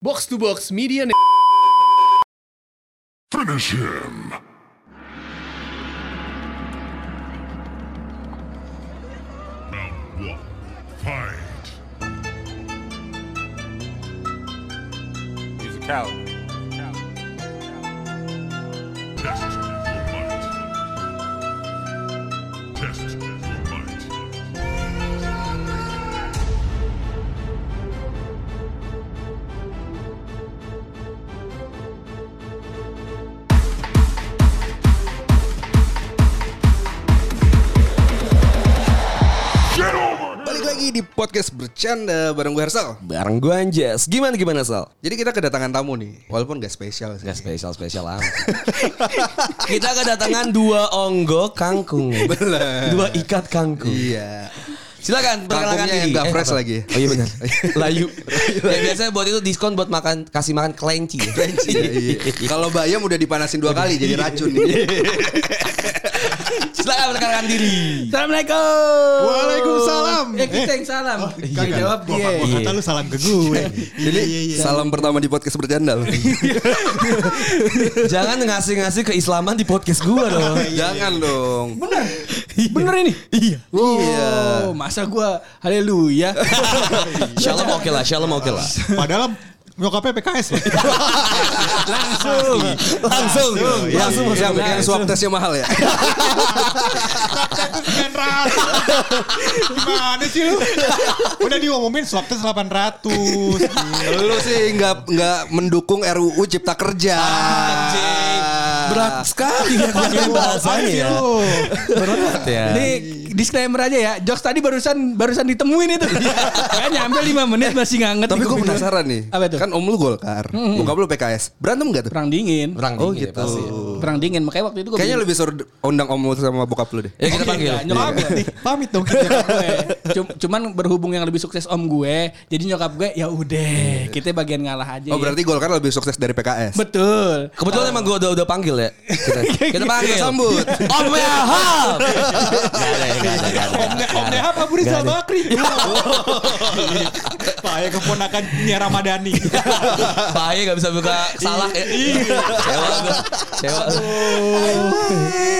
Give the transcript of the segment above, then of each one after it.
Box to Box Media Net- Finish him! Round one, fight! He's a coward. Test your might. Test your might. Balik lagi di podcast bercanda bareng gue Hersal. Bareng gue Anjas. Gimana gimana Sal? Jadi kita kedatangan tamu nih, walaupun gak spesial sih. Gak spesial spesial amat. Kita kedatangan dua onggo kangkung. Bener. Dua ikat kangkung. Iya. Silakan perkenalkan Kangkungnya diri. yang gak fresh apa? lagi. Oh iya benar. Layu. ya, biasanya buat itu diskon buat makan kasih makan kelenci. ya. Benci ya, iya. Kalau bayam udah dipanasin dua kali jadi racun. Iya, Silakan perkenalkan diri. Assalamualaikum. Waalaikumsalam. Ya kita yang salam. Kan yang jawab dia. Iya. Kata lu salam ke gue. Jadi salam pertama di podcast bercanda loh. Iya, Jangan ngasih-ngasih keislaman di podcast gue dong. Jangan dong. Bener. Bener ini. Iya. Iya. Wow, masa gua haleluya. Shalom oke lah, shalom oke lah. Padahal nyokapnya PKS. Langsung. Iya, Langsung, langsung Yang, yang, masuk yang swab tesnya mahal ya. Itu 900. Gimana sih lu? Udah diomongin swab test gitu. 800. Lu sih nggak nggak mendukung RUU Cipta Kerja. Anjing. Berat sekali ya bahasanya ya. Berat ya. Ini disclaimer aja ya. Jokes tadi barusan barusan ditemuin itu. Kan nyampe 5 menit masih Gitu. nganget. Tapi di gue kuping penasaran nih. Apa itu? Kan om lu Golkar, bokap lu PKS. Berantem nggak tuh? Perang dingin. Perang Oh, dingin ya gitu. pasti. Perang dingin. Makanya waktu itu gua Kayaknya bilang, lebih suruh undang om lu sama bokap lu deh. Ya kita Oke, panggil. enggak, nyokap Iya. gue. Nih, Pamit dong. gue. ya. Cum- Cuman berhubung yang lebih sukses om gue, jadi nyokap gue ya udah, kita bagian ngalah iya. aja. gitu." Oh ya." berarti Golkar lebih sukses dari PKS. betul. Kebetulan emang gue udah udah panggil ya. Kita, kita panggil. Kita sambut. Om ya, Yahab. Omnya apa Bu Rizal Bakri? Pak ya keponakan Nia Ramadhani. Pak Aye gak bisa buka salah ya. Cewa gue. Cewa.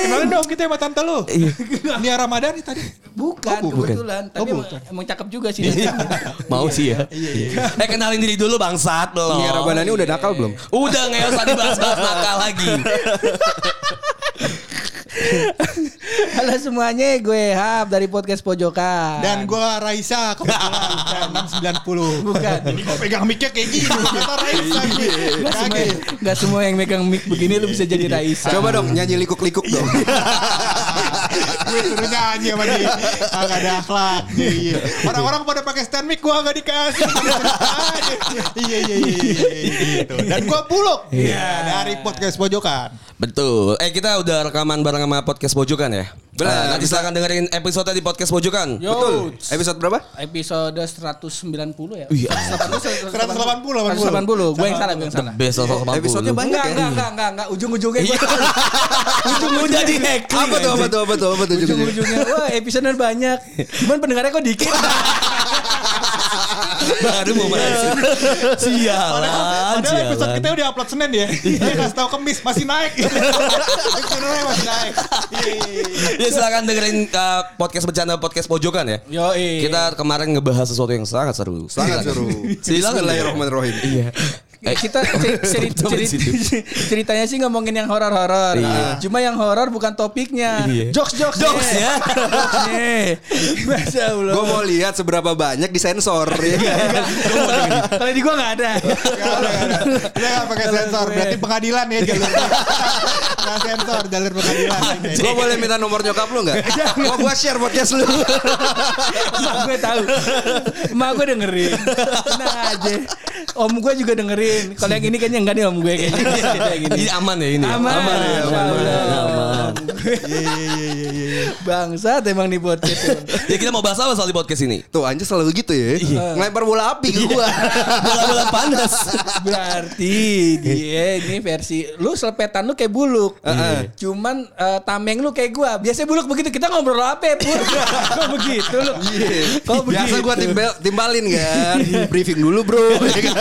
Kenalin dong kita sama tante lu. Nia Ramadhani tadi. Bukan, kebetulan. Tapi Oh, emang, bukan. emang cakep juga sih. Mau sih ya. Eh kenalin diri dulu bangsat belum. Nia Iya, Ramadhani iya. udah nakal belum? Udah ngeos tadi bahas-bahas nakal lagi. Halo semuanya, gue Hab dari podcast Pojokan. Dan gue Raisa kebetulan udah 690. bukan. Ini gue pegang mic-nya kayak gini. Kata Raisa gue. Gak semua, Kaget. nggak semua yang megang mic begini lu bisa jadi Raisa. Coba dong nyanyi likuk-likuk dong. gue suruh nyanyi sama dia agak ada akhlak Iya, iya. orang-orang pada pakai stand mic gue agak dikasih iya iya iya iya, iya, gitu dan gue buluk iya dari podcast pojokan Betul. Eh kita udah rekaman bareng sama podcast Bojokan ya. Benar. Eh, nanti silakan dengerin episode di podcast Bojokan. Yo. Betul. Episode berapa? Episode 190 ya. Iya. 180. 180. 180. Gue yang salah, gue yang salah. Best of all Episode-nya banyak Enggak, ya. enggak, enggak, enggak, enggak. Ujung-ujungnya gue salah. Ujung-ujungnya di hacking. Apa tuh apa tuh apa tuh apa tuh judulnya? Ujung-ujungnya, wah episode banyak. Cuman pendengarnya kok dikit. Baru mau masuk. Sialan. Padahal padahal episode sialan. kita udah upload Senin ya. Dia kasih tahu kemis masih naik. Channelnya masih naik. Iya, iya, iya. Ya silakan dengerin uh, podcast bercanda podcast pojokan ya. Yo, Kita kemarin ngebahas sesuatu yang sangat seru. Iya. Sangat Silakan. seru. Silakan. Bismillahirrahmanirrahim. Iya. Eh, kita cer- ceri- Coba ceri- situ. ceritanya sih ngomongin yang horor-horor. Ah, Iya. Cuma yang horor bukan topiknya. Iya. Jokes-jokes. Jokes ya. eh. Masya Allah. Gue mau lihat seberapa banyak disensor ya kan? Kalau di gua nggak ada. Gak ada, gak ada. Dia gak pakai sensor. Berarti pengadilan ya jalurnya. Iya. Gak sensor, jalur pengadilan. Gue boleh minta nomor nyokap lu gak? Iya. Mau gue share podcast lu Emak gue tahu. Emak gue dengerin. Tenang aja. Om gue juga dengerin. Kalau yang ini kayaknya enggak nih om gue kayaknya. Kayak gini. Ini aman ya ini. Aman, Iya, Aman ya. insya Aman. Allah. aman. iya, Bangsat emang nih podcast. emang. Ya kita mau bahas apa soal di podcast ini? Tuh anjir selalu gitu ya Iya. Ngelempar bola api ke gue Bola-bola panas. Berarti dia ini versi lu selepetan lu kayak buluk. Iya, Cuman eh, tameng lu kayak gua. Biasanya buluk begitu kita ngobrol apa, Pur? Iya. Kok begitu lu? Kok Oh, Iya. Biasa gue timbal, timbalin kan Briefing dulu bro ya kan?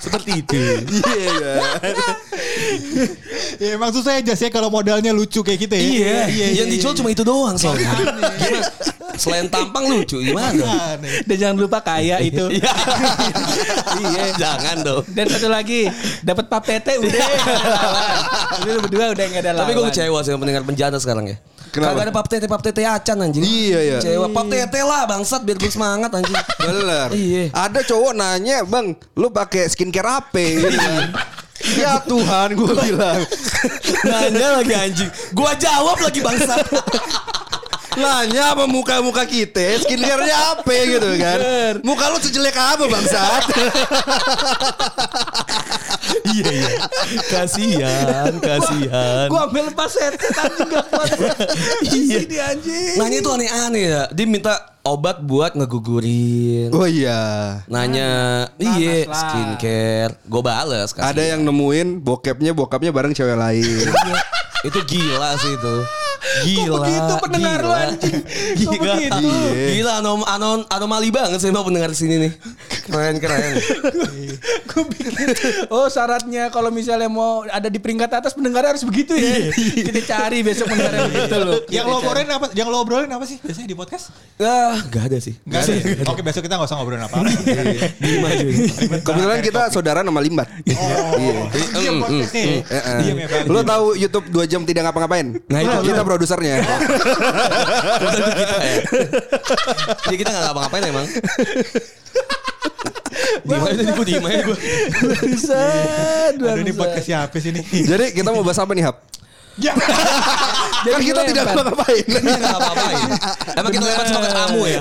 seperti itu. Iya kan? Ya maksud saya jasnya kalau modalnya lucu kayak kita ya. Iya. Yang dijual cuma itu doang soalnya. Gimana? Selain tampang lucu gimana? Aneh. Dan jangan lupa kaya itu. Iya. Jangan dong. Iya. Dan satu lagi, dapat papete udah. nggak ada lawan. Lu berdua udah nggak ada lawan. Tapi gue kecewa sih sama pendengar penjana sekarang ya. Kenapa? Kagak ada pap tete pap tete acan anjing. Iya, iya. Kecewa pap tete lah bangsat biar gue semangat anjing. Bener. Iya. Ada cowok nanya, "Bang, lu pakai skincare apa?" Gitu kan. Ya Tuhan gue bilang Nanya Nah, lagi anjing. Gua jawab lagi bangsat. Nanya apa muka-muka kita Skincare-nya apa gitu kan Muka lu sejelek apa bangsat Iya iya. Kasihan, kasihan. Gue ambil pas headset anjing gak kuat. Iya. Ini anjing. Nanya itu aneh-aneh ya. Dia minta obat buat ngegugurin. Oh iya Nanya, iya lah. skincare. Gue bales kasih. Ada yang nemuin bokepnya Bokapnya bareng cewek lain Iya. itu gila sih itu. Gila. begitu pendengar lu, gila. anjing? Kok Gila. begitu? Iya. Gila anom, anon, anomali banget sih mau pendengar sini nih. Keren keren. Gue pikir, oh syaratnya kalau misalnya mau ada di peringkat atas pendengar harus begitu ya. Kita cari besok pendengar begitu loh. Iya. Yang lo obrolin apa? Yang lo obrolin apa sih biasanya di podcast? Ah, gak ada sih. Enggak ada. ya? Oke, besok kita enggak usah ngobrolin apa-apa. Iya. Kebetulan kita saudara nama Limbat Oh, iya Mm, podcast nih. Heeh. Iya, memang. Lu Nah, tahu YouTube 2 jam tidak ngapa-ngapain? ya, Nah, itu kita produsernya. Tentu kita ya. Jadi Ya, kita gak ngapa-ngapain emang. Diem aja tadi gue diem aja gue. Bisa. Aduh, ini podcast ya. siapa sih ini? Jadi kita mau bahas apa nih, Hap? Ya. kan kita dilempar. tidak ngapa-ngapain. Kita gak ngapa-ngapain. Emang kita lempar stok ke tamu ya. Iya.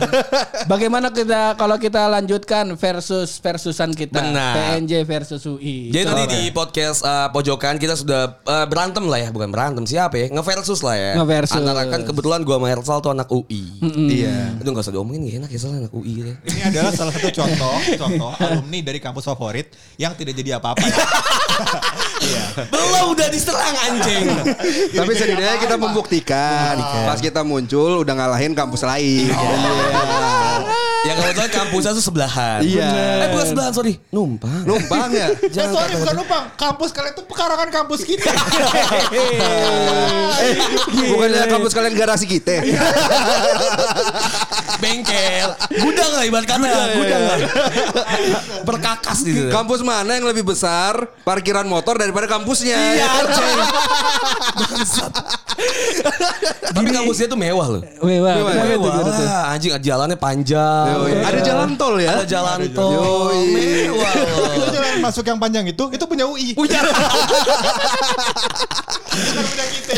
Bagaimana kita kalau kita lanjutkan versus versusan kita Benar. PNJ versus UI. Jadi tadi Coba. di podcast eh, pojokan kita sudah eh, berantem lah ya, bukan berantem siapa ya? Ngeversus lah ya. Ngeversus. Antara kan kebetulan gua sama Hersal tuh anak UI. Iya. Itu gak usah diomongin gak enak ya soalnya anak UI ya. Ini adalah salah satu contoh contoh alumni dari kampus favorit yang tidak jadi apa-apa. Eh, Belum udah diserang anjing. Tapi setidaknya kita membuktikan pas kita muncul udah ngalahin kampus lain. Oh, iya. Yang kebetulan kampusnya tuh sebelahan. Iya. Eh bukan sebelahan sorry, numpang. Numpang ya. Eh, sorry bukan numpang, kampus kalian tuh pekarangan kampus kita. Eh, bukannya kampus kalian garasi kita. Iya. Bengkel, gudang lah ibarat kata. Gudang, lah. Berkakas gitu. Kampus mana yang lebih besar parkiran motor daripada kampusnya? Iya, anjing. Bangsat. Tapi kampusnya tuh mewah loh. Wah, Wah, kenapa tuh, Mewah kenapa tuh? lah, anjing jalannya panjang. Yoi. Ada jalan tol ya? Ada jalan tol. Yoi. Mewah. Itu jalan masuk yang panjang itu, itu punya UI. Punya. punya kita.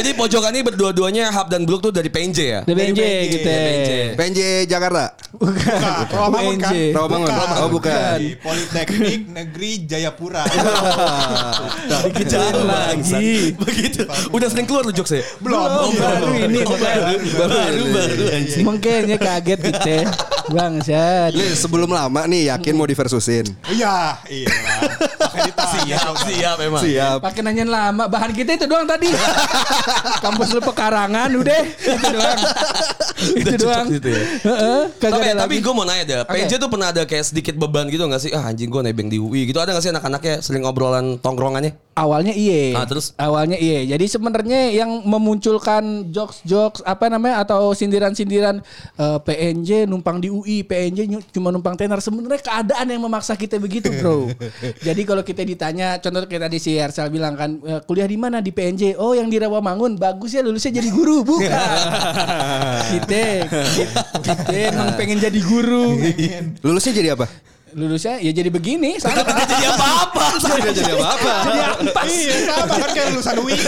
Jadi pojokan ini berdua-duanya Hub dan Bluk tuh dari PNJ ya. Dari PNJ gitu. PNJ. PNJ Jakarta. Bukan, Rawamangun kan? UNJ. Rawamangun. Oh, bukan. Di Politeknik Negeri Jayapura. Begitu jauh lagi. Begitu. Gitu. Udah sering keluar tuh jokes ya? Belum. Oh, baru ini. Oh, baru. Baru, baru, baru, anjing. Mungkinnya kaget kita. Bangsat. Nih, sebelum lama nih yakin mau diversusin. Iya, iya. Makanya ditanya. Siap, siap emang. Siap. Pakai nanyain lama. Bahan kita itu doang tadi. Kampus lu pekarangan udah. Itu doang. itu Udah cocok doang. gitu ya. Heeh, kagak Tapi, ada tapi lagi. gue mau nanya deh, PJ tuh pernah ada kayak sedikit beban gitu gak sih? Ah anjing gue nebeng di UI gitu. Ada gak sih anak-anaknya sering obrolan tongkrongannya? Awalnya iya. Ah, terus? Awalnya iya. Jadi sebenarnya yang memunculkan jokes-jokes apa namanya atau sindiran-sindiran eh, PNJ numpang di UI, PNJ nyu- cuma numpang tenar. Sebenarnya keadaan yang memaksa kita begitu, Bro. Jadi kalau kita ditanya, contoh kita di si Hersal bilang kan, "Eh, kuliah di mana di PNJ? Oh, yang di Rawamangun. Bagus ya lulusnya jadi guru, bukan? kita, kita emang pengen jadi guru. Lulusnya jadi apa? Lulusnya ya jadi begini, sama. Jadi apa-apa. jadi apa? jadi ampas. Iya, sama kan kayak lulusan UI.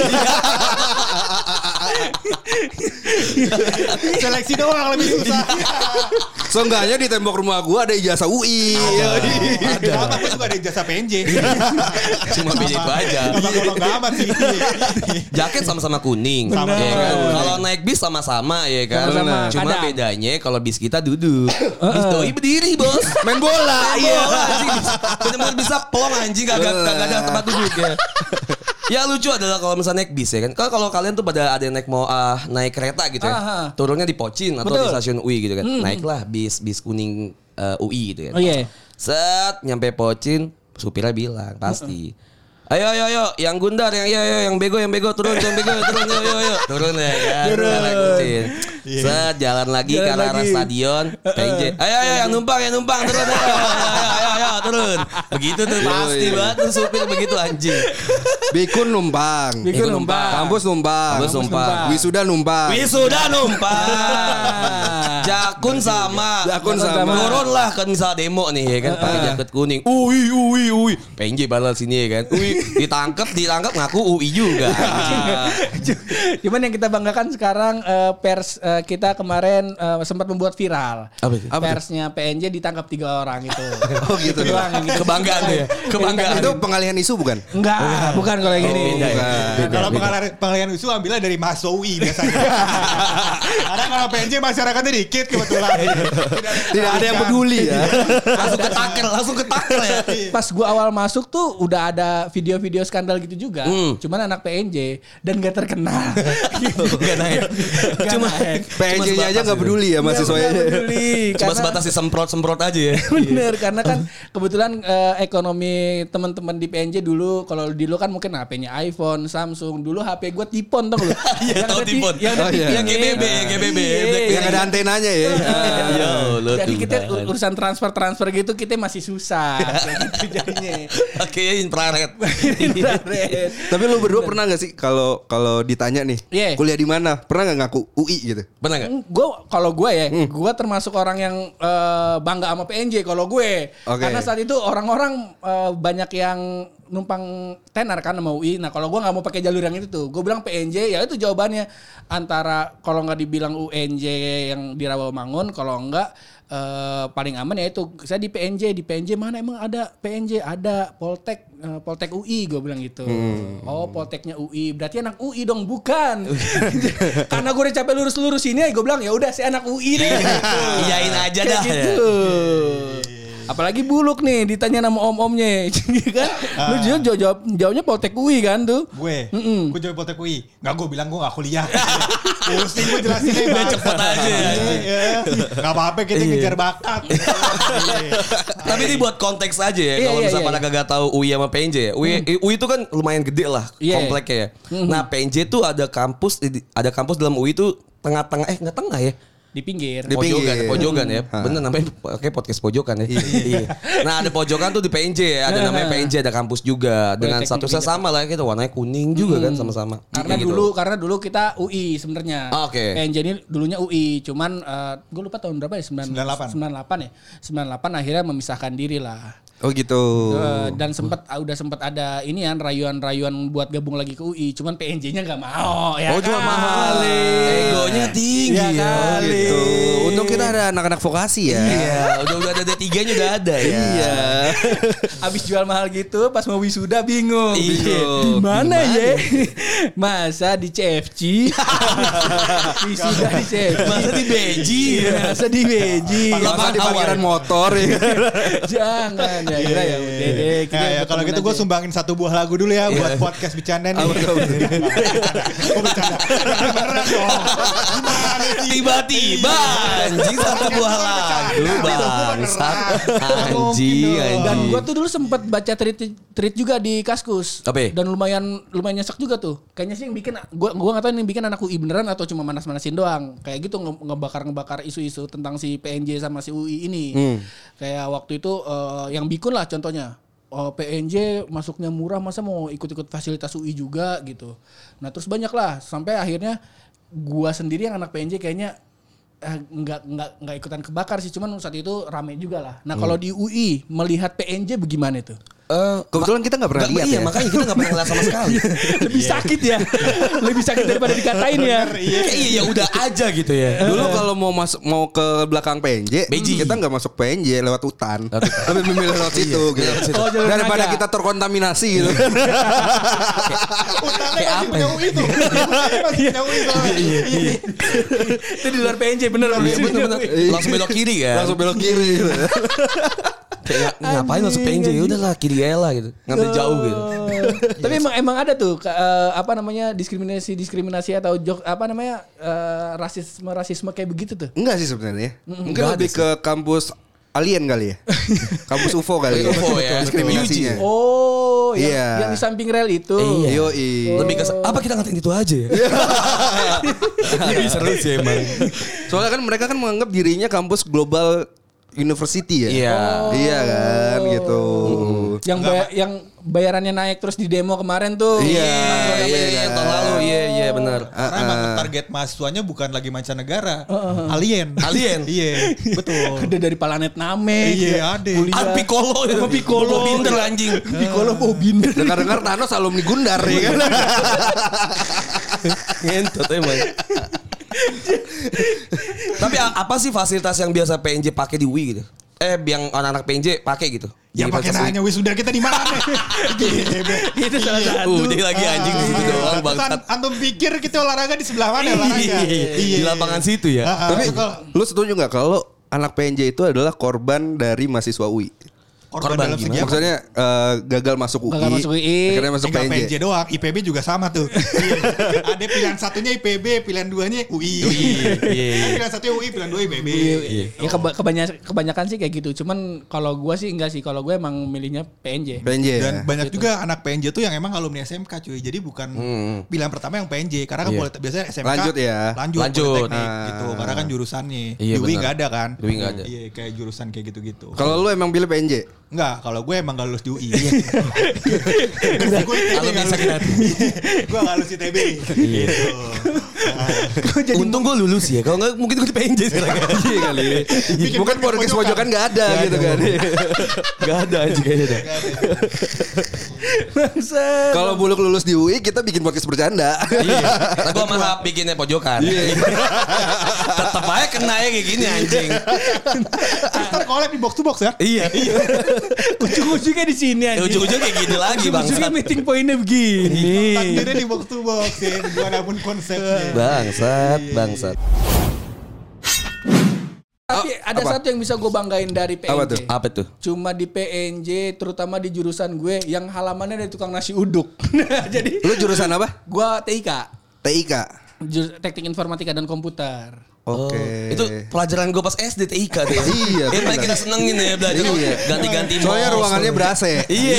Seleksi doang lebih susah. Seenggaknya di tembok rumah gua ada ijazah UI. Iya. Ada. Aku juga ada jasa PNJ. Cuma PJ itu Iya. aja. Gampang-gampang amat sih. Iya. Jaket sama-sama kuning. Sama. ya kan? Kalau naik bis sama-sama ya kan. Sama-sama. Cuma Kadang. bedanya kalau bis kita duduk. bis doi berdiri bos. Main bola. Iya. anjing. Bener-bener bisa pelong anjing kagak Bener. kagak ada tempat duduk ya. Ya lucu adalah kalau misalnya naik bis ya kan. Kalau kalau kalian tuh pada ada yang naik mau ah, naik kereta gitu ya. Aha. Turunnya di Pocin atau di Betul. stasiun UI gitu kan. Naiklah bis bis kuning eh, UI gitu kan. Oh, iya. Set nyampe Pocin supirnya bilang pasti Ayo, ayo, ayo, yang gundar, yang iya, iya, yang bego, yang bego, turun, yang bego, turun, yo, yo, yo, turun ya kan, turun. Set, jalan lagi Eh, ke arah arah stadion, PJ, ayo, ayo, yang numpang, yang numpang, turun, ayo, ayo, ayo, ayo, ayo, turun, begitu tuh pasti banget tuh supir begitu anjing, Bikun numpang. Bikun numpang. Kampus numpang. Kampus numpang. Wisuda numpang. wisuda numpang, jakun sama, Jakun sama. turunlah kan misal demo nih ya kan, pakai jaket kuning, ui, ui, ui, PJ padahal sini ya kan, ui, ditangkep, ditangkep ngaku ui juga, Ah, anjing. Cuman yang kita banggakan sekarang eh, pers eh, kita kemarin eh, sempat membuat viral. Apa itu? Apa itu? Persnya PNJ ditangkap tiga orang itu. Oh gitu. Itu doang yang gitu. Kebanggaan tuh ya? Kebanggaan. Itu pengalihan isu bukan? Enggak, bukan kalau yang ini. beda ya? Nah, kalau pengalihan, pengalihan usul ambilnya dari Masowi biasanya. Karena kalau PNJ masyarakatnya dikit kebetulan. Tidak ada yang peduli ya. langsung ketakel, langsung ketakel ya. Pas gua awal masuk tuh udah ada video-video skandal gitu juga. Hmm. Cuman anak PNJ dan gak terkenal. Gak naik. Gak Cuma naik. PNJ-nya aja nggak sebatas gitu. peduli ya mahasiswanya. Nggak peduli. Cuma Karena- sebatas disemprot-semprot aja ya. Bener Iya. karena kan kebetulan eh, ekonomi teman-teman di PNJ dulu kalau dulu kan mungkin HP-nya iPhone, Samsung. Dulu HP gue tipon tau lu. Iya, Yang tahu ada ti- tipon. Yang ada Oh, iya. TV. Yang GBB, GBB. Iya. Yang ada Nah, antenanya ya. Ya Allah, Jadi kita Tuhan. kan. ur- urusan transfer-transfer gitu kita masih susah. Kayak gitu jadinya. Oke, infrared. Infrared. Tapi lu berdua pernah nggak sih kalau kalau ditanya nih Iya. kuliah di mana? Pernah nggak ngaku UI gitu? Benar enggak? gue kalau gue ya, Hmm. gue termasuk orang yang eh, bangga sama PNJ kalau gue, Oke. karena saat itu orang-orang eh, banyak yang numpang tenar kan sama UI. Nah kalau gue nggak mau pakai jalur yang itu tuh, gue bilang PNJ ya itu jawabannya antara kalau nggak dibilang UNJ yang di Rawamangun, kalau enggak eh, paling aman ya itu saya di PNJ di PNJ mana emang ada PNJ ada Poltek eh, Poltek UI gue bilang gitu oh Polteknya UI berarti anak UI dong bukan karena gue udah capek lurus lurus ini gue bilang ya udah saya anak UI deh gitu. Iyain aja Kayak dah. gitu apalagi buluk nih ditanya nama om omnya kan lu jujur jawab jawab jawabnya Poltek UI kan tuh Gue, Mm-mm. gue coba potek UI. Nggak, gue bilang gue nggak kuliah. Pusing gue jelasin aja. Bang. cepet aja ya. Iya, iya. Nggak apa-apa kita ngejar bakat. Iya. Tapi ini buat konteks aja ya. Iya, Kalau iya, misalnya iya. Hmm. pada kagak tahu UI sama PNJ ya. UI, UI itu kan lumayan gede lah Iya, iya. kompleknya ya. Nah, PNJ tuh ada kampus di- ada kampus dalam UI itu tengah-tengah eh enggak tengah ya. di pinggir Di- pojokan, pinggir. pojokan ya. Hmm. Bener namanya oke podcast pojokan ya. Iya. nah, ada pojokan tuh di PNJ ya. Nah, Ada namanya PNJ, ada kampus juga. Dengan Politeknik statusnya juga. sama lah gitu. Warnanya kuning juga kan sama-sama. Hmm. karena Kayak gitu. dulu karena dulu kita UI sebenarnya. Ah, oke. PNJ ini dulunya UI, cuman gue lupa tahun berapa ya 9, 98. 98 ya. 98 akhirnya memisahkan diri lah. Oh gitu. Eh, dan sempat ah, udah sempat ada ini kan rayuan-rayuan buat gabung lagi ke UI, cuman PNJ-nya nggak mau ya. Oh, cuma kan? mahal. Egonya tinggi Ya ya. Oh kali. gitu. Untung kita ada anak-anak vokasi ya. Iya, udah udah ada D3-nya udah ada ya. Iya. Abis jual mahal gitu, pas mau wisuda bingung. Iya. Bingung. Di mana ya? Masa di CFC? wisuda di CFC. Masa di Beji. Iya, Masa di Beji. Masa di parkiran motor ya. Jangan Iya, ya, kira ya Iya, udah deh. Nah, kita Ya, ya, kalau gitu gue berteman aja. sumbangin satu buah lagu dulu ya buat podcast bercanda nih. Gue bercanda. Beneran dong. Gimana sih? Tiba-tiba anjing satu buah lagu bangsat anjing Dan anjing. gue tuh dulu sempet baca tweet tweet juga di Kaskus. Apa ya? Dan lumayan lumayan nyesek juga tuh. Kayaknya sih yang bikin gua gua nggak tahu ini yang bikin anak UI beneran atau cuma manas-manasin doang. Kayak gitu nge- ngebakar-ngebakar isu-isu tentang si PNJ sama si UI ini. Kayak waktu itu eh, yang bikun lah contohnya. Oh, PNJ masuknya murah masa mau ikut-ikut fasilitas UI juga gitu. Nah, terus banyak lah sampai akhirnya gua sendiri yang anak PNJ kayaknya eh, nggak nggak nggak ikutan kebakar sih cuman saat itu rame juga lah nah kalau di UI melihat PNJ bagaimana itu Eh, Kebetulan kita nggak pernah nggak- lihat iya, ya. Iya. makanya kita nggak pernah ngeliat sama sekali. lebih sakit ya lebih sakit daripada dikatain ya Kayak Iya. iya ya udah aja gitu ya. Dulu kalau mau masuk mau ke belakang PNJ, Beji. kita nggak masuk PNJ lewat hutan. Lebih memilih lewat situ gitu. Oh, jalur Daripada naga. kita terkontaminasi gitu. Utangnya masih ya? punya Iya, UI tuh. Utangnya Masih punya UI soalnya. Iya. itu di luar PNJ bener Iya, bener-bener. Langsung belok kiri kan. Langsung belok kiri. Gitu. Kayak ngapain langsung PNJ? Udah lah kiri aja lah gitu. Iya. Ngambil jauh gitu. tapi emang emang ada tuh ke- eh, apa namanya diskriminasi diskriminasi atau jok apa namanya eh, rasisme rasisme kayak begitu tuh Enggak sih sebenarnya. Mungkin Nggak lebih ada ke kampus alien kali ya. Kampus UFO kali ya. UFO ya. Diskriminasinya. Oh, yang, Iya. yang di samping rel itu. Iya. Yoi. Lebih ke apa kita ngatain itu aja ya? Iya. Lebih seru sih emang. Soalnya kan mereka kan menganggap dirinya kampus global university ya. Iya. Iya kan gitu. Yang bay- yang bayarannya naik terus di demo kemarin tuh. Iya, Iya, iya, iya, yang tahun lalu, iya, iya benar. Karena emang target mahasiswanya bukan lagi mancanegara, alien. Alien? Iya, betul. Udah dari planet Namek. Iya, ada. Kuliah. Art Piccolo, ya. Sama Piccolo. Bobo Binder anjing. Piccolo Bobin. Dengar-dengar Thanos alumni Gundar ya kan. Ngentot emang. Tapi a- apa sih fasilitas yang biasa PNJ pakai di UI gitu? Eh, yang anak-anak PNJ pakai gitu? Ya Di pakai fasilitas nanya wisuda kita di mana? Gitu. Itu salah UI. satu. Uh, jadi lagi anjing di situ Iya, doang bangsat. Iya, Pantesan Antum pikir kita olahraga di sebelah mana olahraga? Iya. Ah, Di lapangan situ ya. Tapi Tapi lu setuju nggak kalau anak PNJ itu adalah korban dari mahasiswa UI? korban korban dalam gimana? segi apa? Maksudnya eh, gagal masuk UI. Gagal masuk UI. Akhirnya masuk Enggak PNJ. PNJ doang, IPB juga sama tuh. Iya. Ada pilihan satunya IPB, pilihan duanya UI. iya, Kan pilihan satunya UI, pilihan dua IPB. Ya keba- kebanya- kebanyakan sih kayak gitu. Cuman kalau gua sih enggak sih. Kalau gue emang milihnya PNJ. PNJ. Dan ya. banyak Gitu. juga anak PNJ tuh yang emang alumni SMK cuy. Jadi bukan pilihan pertama yang PNJ karena kan Hmm, Iya. politek- biasanya SMK Lanjut ya. Lanjut, Lanjut. Ah. politeknik gitu. Karena kan jurusannya. Iya, Di UI benar. enggak ada kan? Di UI nggak ada. Iya, kayak jurusan kayak gitu-gitu. Kalau lu emang pilih PNJ? Enggak, kalau gue emang gak lulus di UI. Gue gue Iya. Alumni ITB nggak lulus. sakit hati. Iya. Gue gak lulus ITB. Gitu. Untung gue lulus ya. Kalau nggak mungkin gue di PNJ sekarang. kan Iya kali. Bikin Mungkin podcast podcast pojokan gak ada gitu kan. Gak ada anjing kayaknya. dah. Kalau buluk lulus di UI kita bikin podcast bercanda. Iya. Gue malah bikinnya pojokan. Iya. Tetap aja kena ya kayak gini anjing. Ntar collab di box to box ya. Iya. Ujung-ujungnya Iya. di sini Ya, aja. Ujung-ujung kayak gini lagi bang. Ujung-ujungnya meeting pointnya begini. Takdirnya di box to box ya. Dimanapun konsepnya. Bangsat, Iya. bangsat. Tapi ada Apa? satu yang bisa gue banggain dari PNJ. Apa tuh? Apa tuh? Cuma di PNJ, terutama di jurusan gue yang halamannya dari tukang nasi uduk. Jadi Lu jurusan apa? gue TIK, TIK. jur- Teknik Informatika dan Komputer. Oke. Oh, itu pelajaran gue pas SD TIK tuh ya. Iya, Yang paling benar. kita senengin ya belajar. Iya. Ganti-ganti mouse. Soalnya ruangannya berase. Iya.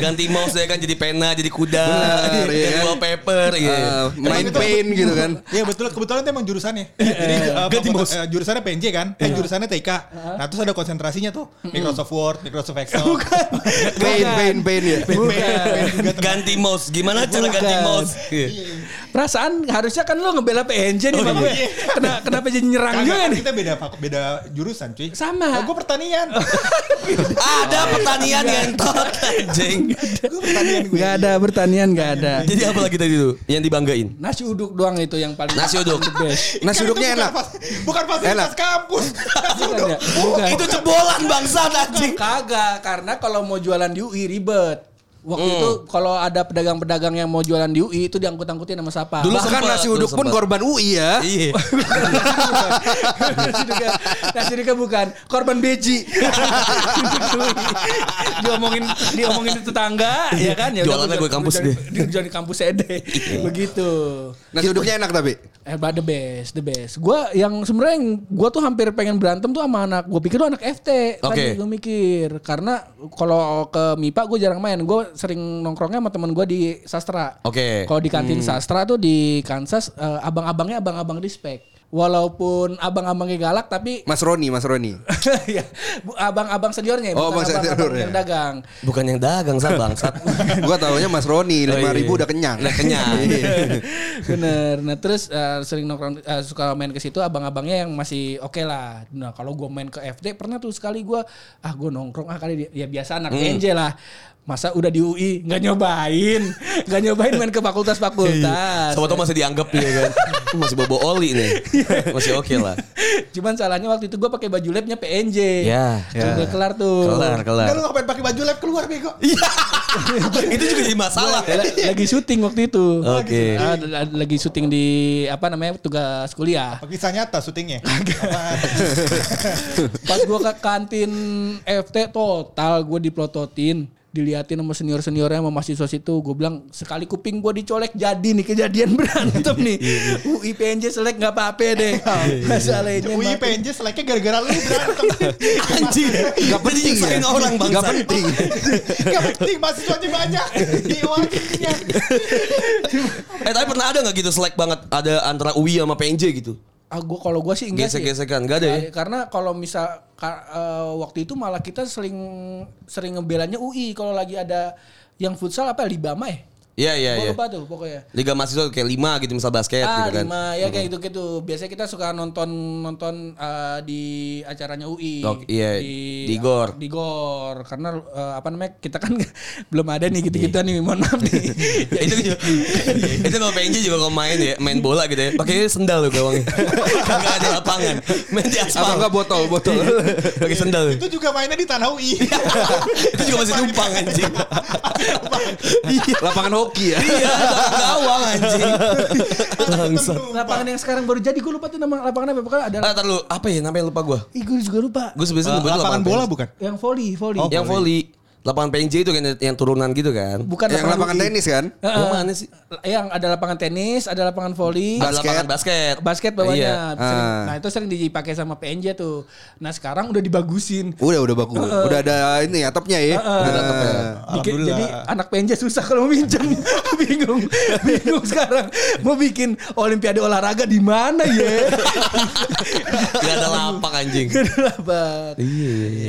Ganti mouse ya kan jadi pena, jadi kuda, Benar, iya jadi kan? wallpaper. Iya. Eh, main paint gitu kan. Iya, Iya betul kebetulan itu emang jurusannya. Jadi eh, fakultas- eh, jurusannya PNJ kan, eh jurusannya TK. Nah terus ada konsentrasinya tuh Microsoft Word, Microsoft Excel. Bukan. Paint, paint, paint ya. Ganti mouse. Gimana cara ganti mouse? Iya. Perasaan harusnya kan lo ngebela PNJ nih, Bang. gue. Kena, kenapa jadi nyerang juga nih? Kan kita beda fakul- beda jurusan cuy. Sama. Nah, gue pertanian. Kan Ada pertanian ngentot anjing. gue pertanian gue. Gak ada pertanian, gak ada. Jadi apa lagi tadi tuh yang dibanggain? Nasi uduk doang itu yang paling Nasi uduk. the Nasi best. Kan itu uduknya bukan enak. fas- Bukan fasilitas Enak. kampus. Nasi Bukan uduk. ya? Bukan. Itu jebolan bangsat anjing. Kagak, karena kalau mau jualan di UI ribet. Waktu Hmm. itu kalau ada pedagang-pedagang yang mau jualan di UI itu diangkut-angkutin sama siapa? Dulu Bahkan sempet, nasi uduk dulu pun sempet. korban UI ya. Iya. nasi duka, nasi duka bukan korban beji. diomongin diomongin di tetangga ya kan ya Jualannya gue kampus deh. deh. Iya. Jualan di kampus ede. Begitu. Nasi uduknya enak tapi. Eh, but the best, the best. Gua yang sebenarnya yang gua tuh hampir pengen berantem tuh sama anak. Gua pikir tuh anak FT. Oke. Tadi gua mikir karena kalau ke MIPA gua jarang main. Gua sering nongkrongnya sama temen gua di sastra. Oke. Kalau di Hmm. kantin sastra tuh di Kansas eh, abang-abangnya abang-abang respect. Walaupun abang-abangnya galak tapi Mas Roni, Mas Roni. ya, bu- abang-abang seniornya Oh, abang bukan abang, abang seniornya. yang dagang. Bukan yang dagang sah bangsat. Gua taunya Mas Roni Oh, iya. 5000 udah kenyang. Udah kenyang. Iya. Bener. Nah terus eh, sering nongkrong eh, suka main ke situ abang-abangnya yang masih oke lah. Nah kalau gue main ke FD pernah tuh sekali gue ah gue nongkrong ah kali dia- ya biasa anak Hmm. PNJ lah. Masa udah di UI nggak nyobain, nggak nyobain main ke fakultas-fakultas. Sama tau masih dianggap ya kan. Masih bobo oli nih. Masih oke lah. Cuman salahnya waktu itu gue pakai baju labnya PNJ. Ya. Tuh, Udah kelar tuh. Kelar, kelar. Kan lu ngapain pakai baju lab keluar bego? Iya. Itu juga jadi masalah. Lagi syuting waktu itu. Oke. Ah, l- l- lagi syuting di apa namanya tugas kuliah. Pakai kisah nyata syutingnya. Pas gua ke kantin FT total gua diplototin diliatin sama senior seniornya sama mahasiswa situ gue bilang sekali kuping gue dicolek jadi nih kejadian berantem nih UI PNJ selek nggak apa-apa deh Iya, masalahnya UI PNJ seleknya gara-gara lu berantem. Anjing. Gak penting ya. orang bangsa. Gak penting. Gak penting mahasiswanya banyak. Diwakilnya. Eh tapi pernah ada gak gitu selek banget ada antara UI sama PNJ gitu? ah gue kalau gue sih enggak sih Gesek-gesekan, enggak ada ya? Nah, karena kalau misal ka- eh, waktu itu malah kita sering sering ngebelanya UI kalau lagi ada yang futsal apa Libama ya Iya iya Gua iya. lupa tuh pokoknya Liga mahasiswa kayak lima gitu misal basket ah gitu kan. lima ya kayak gitu gitu biasanya kita suka nonton nonton eh, di acaranya UI Dok, iya, di GOR. di gor karena eh, apa namanya kita kan belum ada Iya. nih gitu gitu nih mohon maaf nih Ya, itu itu kalau PNJ juga kalau main ya main bola gitu ya pakai sendal loh gawangnya kagak ada lapangan main di Apa aspal Iya. enggak botol, botol. pakai sendal Iya, Itu juga mainnya di tanah UI. itu juga masih numpang anjing Lapangan hoki ya. iya belakang gawang anjing langsung lapangan yang sekarang baru jadi gue lupa tuh nama lapangan apa pokoknya ada ah tar lu apa ya namanya lupa gua Ih, gue juga lupa gua sebenarnya nyebut Lapangan bola PNJ. bukan? yang volley volley Oh, yang volley lapangan PNJ itu kan yang turunan gitu kan bukan Yang lapangan UI. tenis kan? Heeh. Oh, mana sih? Yang ada lapangan tenis, ada lapangan volley, Bukan Basket. lapangan basket basket bawahnya. Iya. Sering- Ah. Nah itu sering dipakai sama PNJ tuh. Nah sekarang udah dibagusin. Udah udah bagus. Udah ada ini ya topnya ya. Heeh. Bikin- Alhamdulillah. jadi anak PNJ susah kalau mau minjem. bingung, bingung sekarang. Mau bikin olimpiade olahraga di mana ya? Gak ada lapang anjing Kenapa?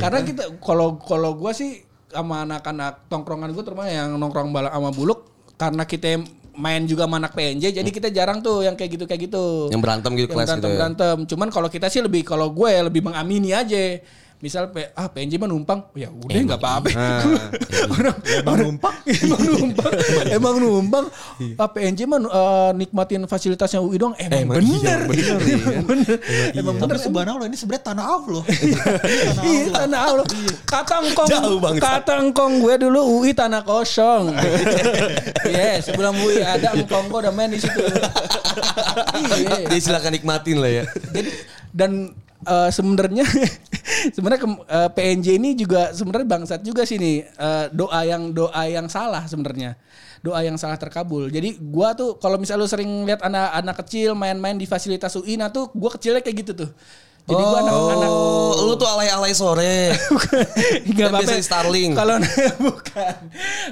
Karena kita kalau kalau gua sih sama anak-anak tongkrongan gue terutama yang nongkrong bala sama buluk karena kita main juga sama anak PNJ jadi kita jarang tuh yang kayak gitu kayak gitu. Yang berantem gitu, Yang kelas gitu berantem, ya. berantem. Cuman kalau kita sih lebih kalau gue ya lebih mengamini aja. Misal P- ah PNJ mah numpang, ya udah nggak apa-apa. Orang- Emang numpang. emang numpang, emang numpang. Ah, PNJ mah eh, nikmatin fasilitasnya UI dong. Emang, bener, Emang bener, Iya. emang bener. Tapi subhanallah ini sebenarnya tanah Allah. Iya tanah Allah. Kata engkong, Jauh banget. kata engkong gue dulu UI tanah kosong. Iya, sebelum UI ada engkong gue udah main di situ. Iya. Dia silakan nikmatin lah ya Jadi dan eh, sebenarnya sebenarnya kem- eh, PNJ ini juga sebenarnya bangsat juga sih nih Eh, doa yang doa yang salah sebenarnya doa yang salah terkabul. Jadi gua tuh kalau misalnya lu sering lihat anak-anak kecil main-main di fasilitas UI, nah tuh gua kecilnya kayak gitu tuh. Jadi gua anak-anak Oh, lu tuh alay-alay sore. Enggak Kan biasanya Starling. Kalau bukan.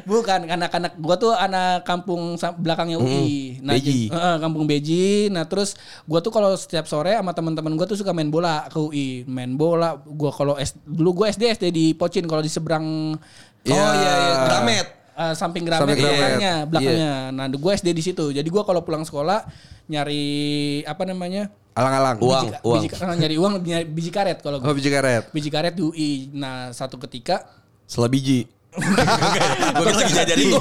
Bukan anak-anak gua tuh anak kampung sa- belakangnya UI. Nah, Beji. j- eh, kampung Beji. Nah, terus gua tuh kalau setiap sore sama teman-teman gua tuh suka main bola ke UI. Main bola. Gua kalau S- dulu gua SD SD di Pocin kalau di seberang Oh iya iya, Gramet. eh, samping Gramet Samping Gramet. belakangnya, Iya. belakangnya. Nah, gua SD di situ. Jadi gua kalau pulang sekolah nyari apa namanya? Alang-alang. Uang, uang. Biji, eh, nyari uang nyari biji karet kalau Oh gua. biji karet. Biji karet di UI. Nah, satu ketika Selebiji. Gue kira lagi jajan itu.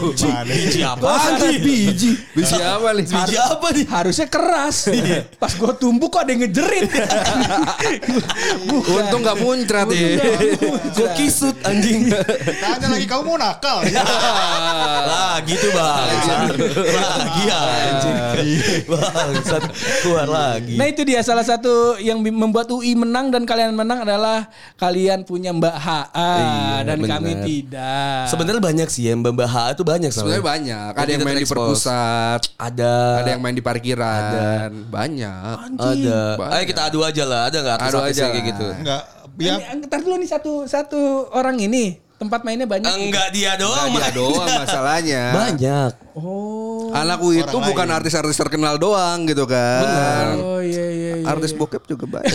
Biji apa? Apaan biji? Biji apa nih? Biji apa nih? Harusnya keras. Pas gue tumbuh kok ada yang ngejerit. Bukan. Untung nggak muncrat ya. Gue kisut anjing. Tanya lagi kamu mau nakal. Ya, Lah gitu bang. Lagi ya anjing. Bangsat. Keluar lagi. Nah itu dia salah satu yang bi- membuat UI menang dan kalian menang adalah kalian punya Mbak HA dan Iya, benar. kami tidak. Sebenarnya banyak sih ya Mbak Mbak H itu banyak Sebenarnya sebenarnya. banyak. Ada yang Kita main di terekspos. perpusat. Ada. Ada yang main di parkiran. Banyak. Ada. Banyak. Ayo kita adu aja lah. Ada nggak Adu artis-artis aja yang kayak lah. gitu? Enggak. Ini, Ya ntar dulu nih satu satu orang ini tempat mainnya banyak. Enggak dia Dia doang. Mak. Iya doang masalahnya. Banyak. Oh. Anakku itu Orang bukan lain. artis-artis terkenal doang gitu kan. Oh iya iya. iya. Artis bokep juga banyak.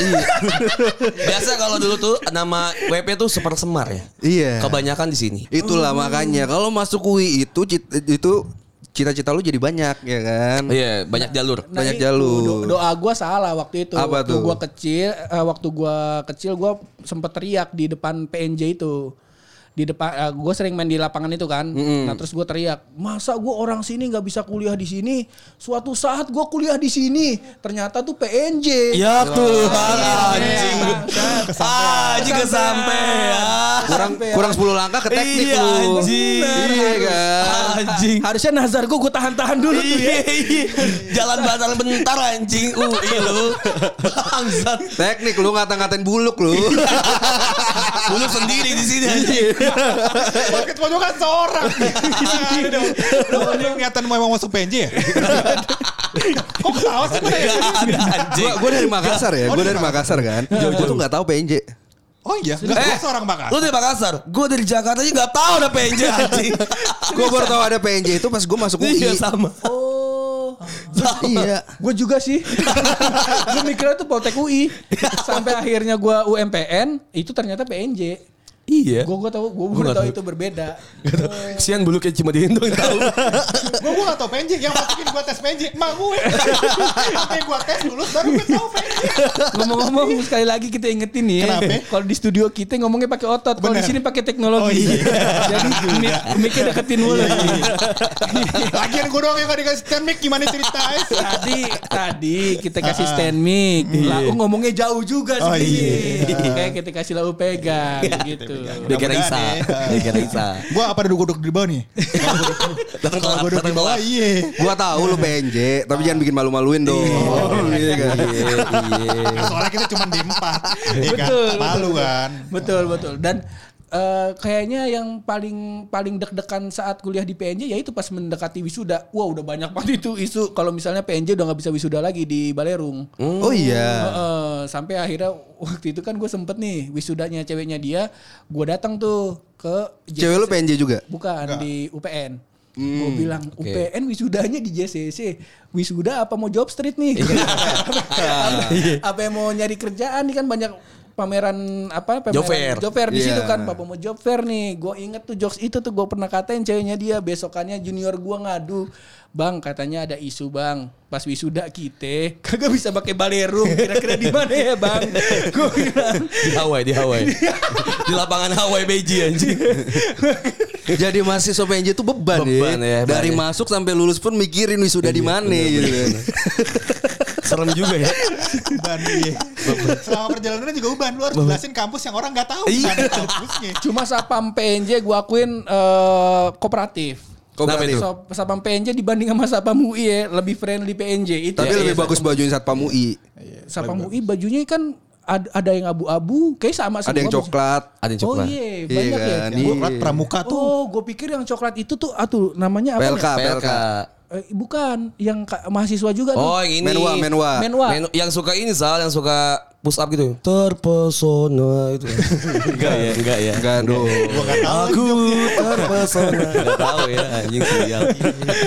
Biasa kalau dulu tuh nama WP tuh super semar ya. Iya. Kebanyakan di sini. Itulah makanya kalau masuk UI itu cit- itu cita-cita lu jadi banyak ya kan. Iya, banyak jalur. Nah, Banyak itu jalur. do- doa gua salah waktu itu. Apa waktu tuh? gua kecil, eh, waktu gua kecil gua sempet teriak di depan PNJ itu. Di depan eh, gua sering main di lapangan itu kan. Nah, terus gua teriak, "Masa gua orang sini nggak bisa kuliah di sini? Suatu saat gua kuliah di sini." Ternyata tuh PNJ. Ya Tuhan anjing. anjing. Anjing iya. sampai ya. Kurang kurang 10 langkah ke teknik Iya, lu. anjing. Iya kan. Anjing. Harusnya nazar gua gua tahan-tahan dulu tuh ya. Iya, iya. Jalan batal bentar anjing. UI lu. Bangsat. Teknik lu ngata-ngatain buluk lu. Buluk sendiri di sini anjing. Basket pojokan seorang. Ada dong. Lu punya niatan mau emang masuk PNJ ya? Kok ketawa sih gue? Gue gua dari Makassar ya, gue dari Makassar kan. Gue tuh gak tahu PNJ. Oh iya, lu gue Eh, seorang Lu bakal. dari Makassar. Gue dari Jakarta aja gak tau ada PNJ anjing. Gue baru tahu ada PNJ itu pas gue masuk UI. Iya sama. Oh. Iya. Gue juga sih. gue mikirnya itu Poltek UI. Sampai akhirnya gue UMPN, itu ternyata PNJ. Iya. Gue gue tahu gue Gua baru nggak tahu tahu. itu berbeda. Sian bulu kayak cuma dihitung tahu. Gue gue gak tau PNJ. Yang masukin gue tes PNJ. Emak gue. Sampai gue tes lulus baru gue tau PNJ. Ngomong-ngomong sekali lagi kita ingetin nih. ya. Kenapa? Kalau di studio kita ngomongnya pakai otot, kalau Bener. di sini pakai teknologi. Oh, iya. Jadi mik miknya deketin mulu. Lagian gue doang yang gak dikasih stand mic gimana eh? ceritanya sih? tadi tadi kita kasih stand mic. Lau ngomongnya jauh juga sih. Ah, Iya. Oh, Iya, Kayak kita kasih lau pegang gitu. Dia kira Isa. Mudah-mudahan ya. Dia kira Isa. Gue apa duduk duduk di bawah nih? Kalau gue duduk di bawah iya. Gue tahu lu PNJ, tapi jangan bikin malu-maluin dong. Iya kan? Iya. Nah, Soalnya kita cuma di empat. Iya kan? Betul, Malu betul. kan. Betul betul. Dan eh, kayaknya yang paling paling deg-degan saat kuliah di PNJ yaitu pas mendekati wisuda. Wah udah banyak banget itu isu. Kalau misalnya PNJ udah nggak bisa wisuda lagi di Balerung. Oh iya. Heeh, sampai akhirnya waktu itu kan gue sempet nih wisudanya ceweknya dia, gue datang tuh ke Cewek lu PNJ juga? bukan di UPN. Gue bilang UPN wisudanya di JCC. Wisuda apa mau job street nih? Iya. apa, apa yang mau nyari kerjaan nih kan banyak pameran apa pameran Job fair. job fair di Iya. situ kan papa mau job fair nih gue inget tuh jokes itu tuh gue pernah katain ceweknya dia besokannya junior gue ngadu bang katanya ada isu bang pas wisuda kita kagak bisa pakai balerung kira-kira di mana ya bang gue bilang Di Hawaii, di Hawaii. Di lapangan Hawaii Beji anjing. Jadi mahasiswa PNJ itu beban, Beban ya. ya, beban Dari ya. Iya, masuk sampai lulus pun mikirin wisuda di mana gitu. Serem juga ya. Uban iya. Selama perjalanan juga uban. Lu harus jelasin kampus yang orang gak tahu. Iya. Iya. Kampusnya. Cuma Sapam PNJ gue akuin eh, kooperatif. Kenapa itu? So- Sapam PNJ dibanding sama Sapam UI ya lebih friendly PNJ itu. Tapi Ya, lebih iya. bagus bajuin Satpam Iya, UI. Sapam UI bajunya kan ad- ada yang abu-abu, kayak sama semua. Ada yang baju. coklat. Ada yang coklat. Oh iya, Iya banyak kan? ya. Iya. Gue pramuka tuh. Oh, gue pikir yang coklat itu tuh atuh namanya apa? PLK, ya? PLK. Eh, bukan, yang ka- mahasiswa juga Oh tuh. yang ini. Menwa, menwa. Menwa. Men- yang suka ini Sal, yang suka push up gitu. Terpesona itu. enggak ya, enggak ya. Enggak dong. Gue gak tahu. Aku terpesona. Enggak tahu ya anjing sial.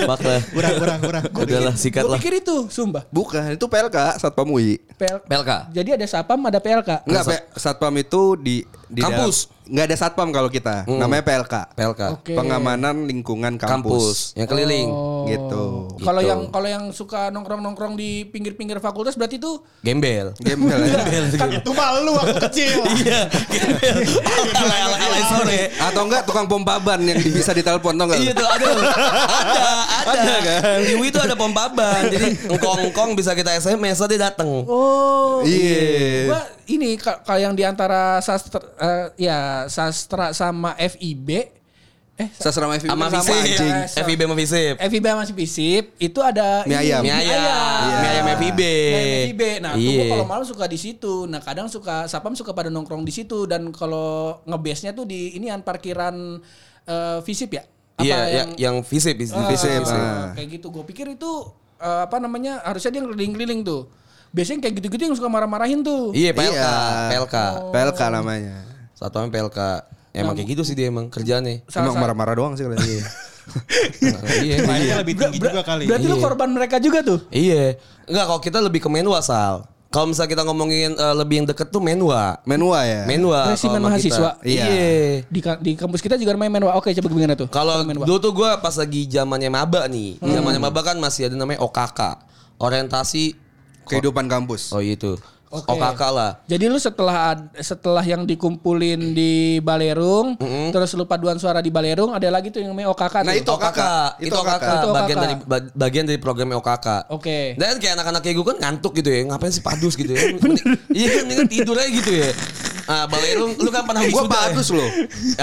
Makna. Kurang, kurang, kurang. Gua Udahlah Gue sikatlah. pikir itu, sumpah. Bukan, itu PLK Satpam UI. PL- PLK. Jadi ada Sapam, ada PLK. Enggak, Pe, Satpam itu di di Kampus. Hmm. dalam- Enggak ada Satpam kalau kita. Namanya PLK. PLK. Oke. Oh. Pengamanan lingkungan kampus. Kampus yang keliling. Gitu. Kalau yang kalau yang suka nongkrong-nongkrong di pinggir-pinggir fakultas berarti itu Gembel. Gembel ya. Kan itu malu waktu kecil. Iya, gembel. Alay-alay sore. Atau enggak tukang pompa ban yang di- bisa ditelepon tau enggak? Iya tuh ada, ada, ada, kan. Di UI tuh ada pom paban, jadi ngkong-ngkong bisa kita SMS, dia dateng. Oh. Iya. Gua ini ka- kalau yang diantara sastra eh, ya sastra sama FIB eh sa- Sastra sama FIB Sama Eh, sama Visip, anjing. Iya, FIB sama Visip. FIB masih fisip itu ada Mie ini, ayam. Mie ayam, Iya. mie ayam FIB. Mie ayam FIB. Nah, tuh Iya. gua kalau malam suka di situ. Nah, kadang suka sapam suka pada nongkrong di situ dan kalau ngebesnya tuh di ini an parkiran eh, fisip ya. Apa Iya, ya- yang Visip, Visip. Visip, ah. Ah, kayak gitu. Gue pikir itu eh, apa namanya? Harusnya dia ngeliling-keliling tuh. Biasanya kayak gitu-gitu yang suka marah-marahin tuh. Iya, PLK, Iya. PLK. PLK namanya. Satuannya PLK. Emang kayak gitu sih dia emang kerjaannya. Salah- Emang marah-marah doang sih kalau iya. Iya, Mainnya iya. lebih tinggi juga kali. Berarti lu Iya. korban mereka juga tuh. Iya. Enggak, kalau kita lebih ke menwa, Sal. Kalau misalnya kita ngomongin eh, lebih yang deket tuh menwa. Menua ya. Menwa. Resimen Ah, kalau sama kita. mahasiswa. Iya. Di, ka- di kampus kita juga main menwa. Oke, coba gimana tuh? Kalau Main menwa. dulu tuh gue pas lagi zamannya maba nih, zamannya maba kan masih ada namanya OKK, orientasi. Kehidupan kampus. Oh itu, Oke. OKK lah. Jadi lu setelah ad- setelah yang dikumpulin di Balerung, terus lu paduan suara di Balerung, ada lagi tuh yang namanya OKK. Nah, itu tuh. OKK. itu OKK, Itu bagian OKK. dari ba- bagian dari program OKK. Oke. Dan kayak anak-anak kayak gue kan ngantuk gitu ya, ngapain sih padus gitu ya? Iya kan, mendingan tidur aja gitu ya. Ah, Balai lu, lu kan pernah Gue wisuda ya? padus loh.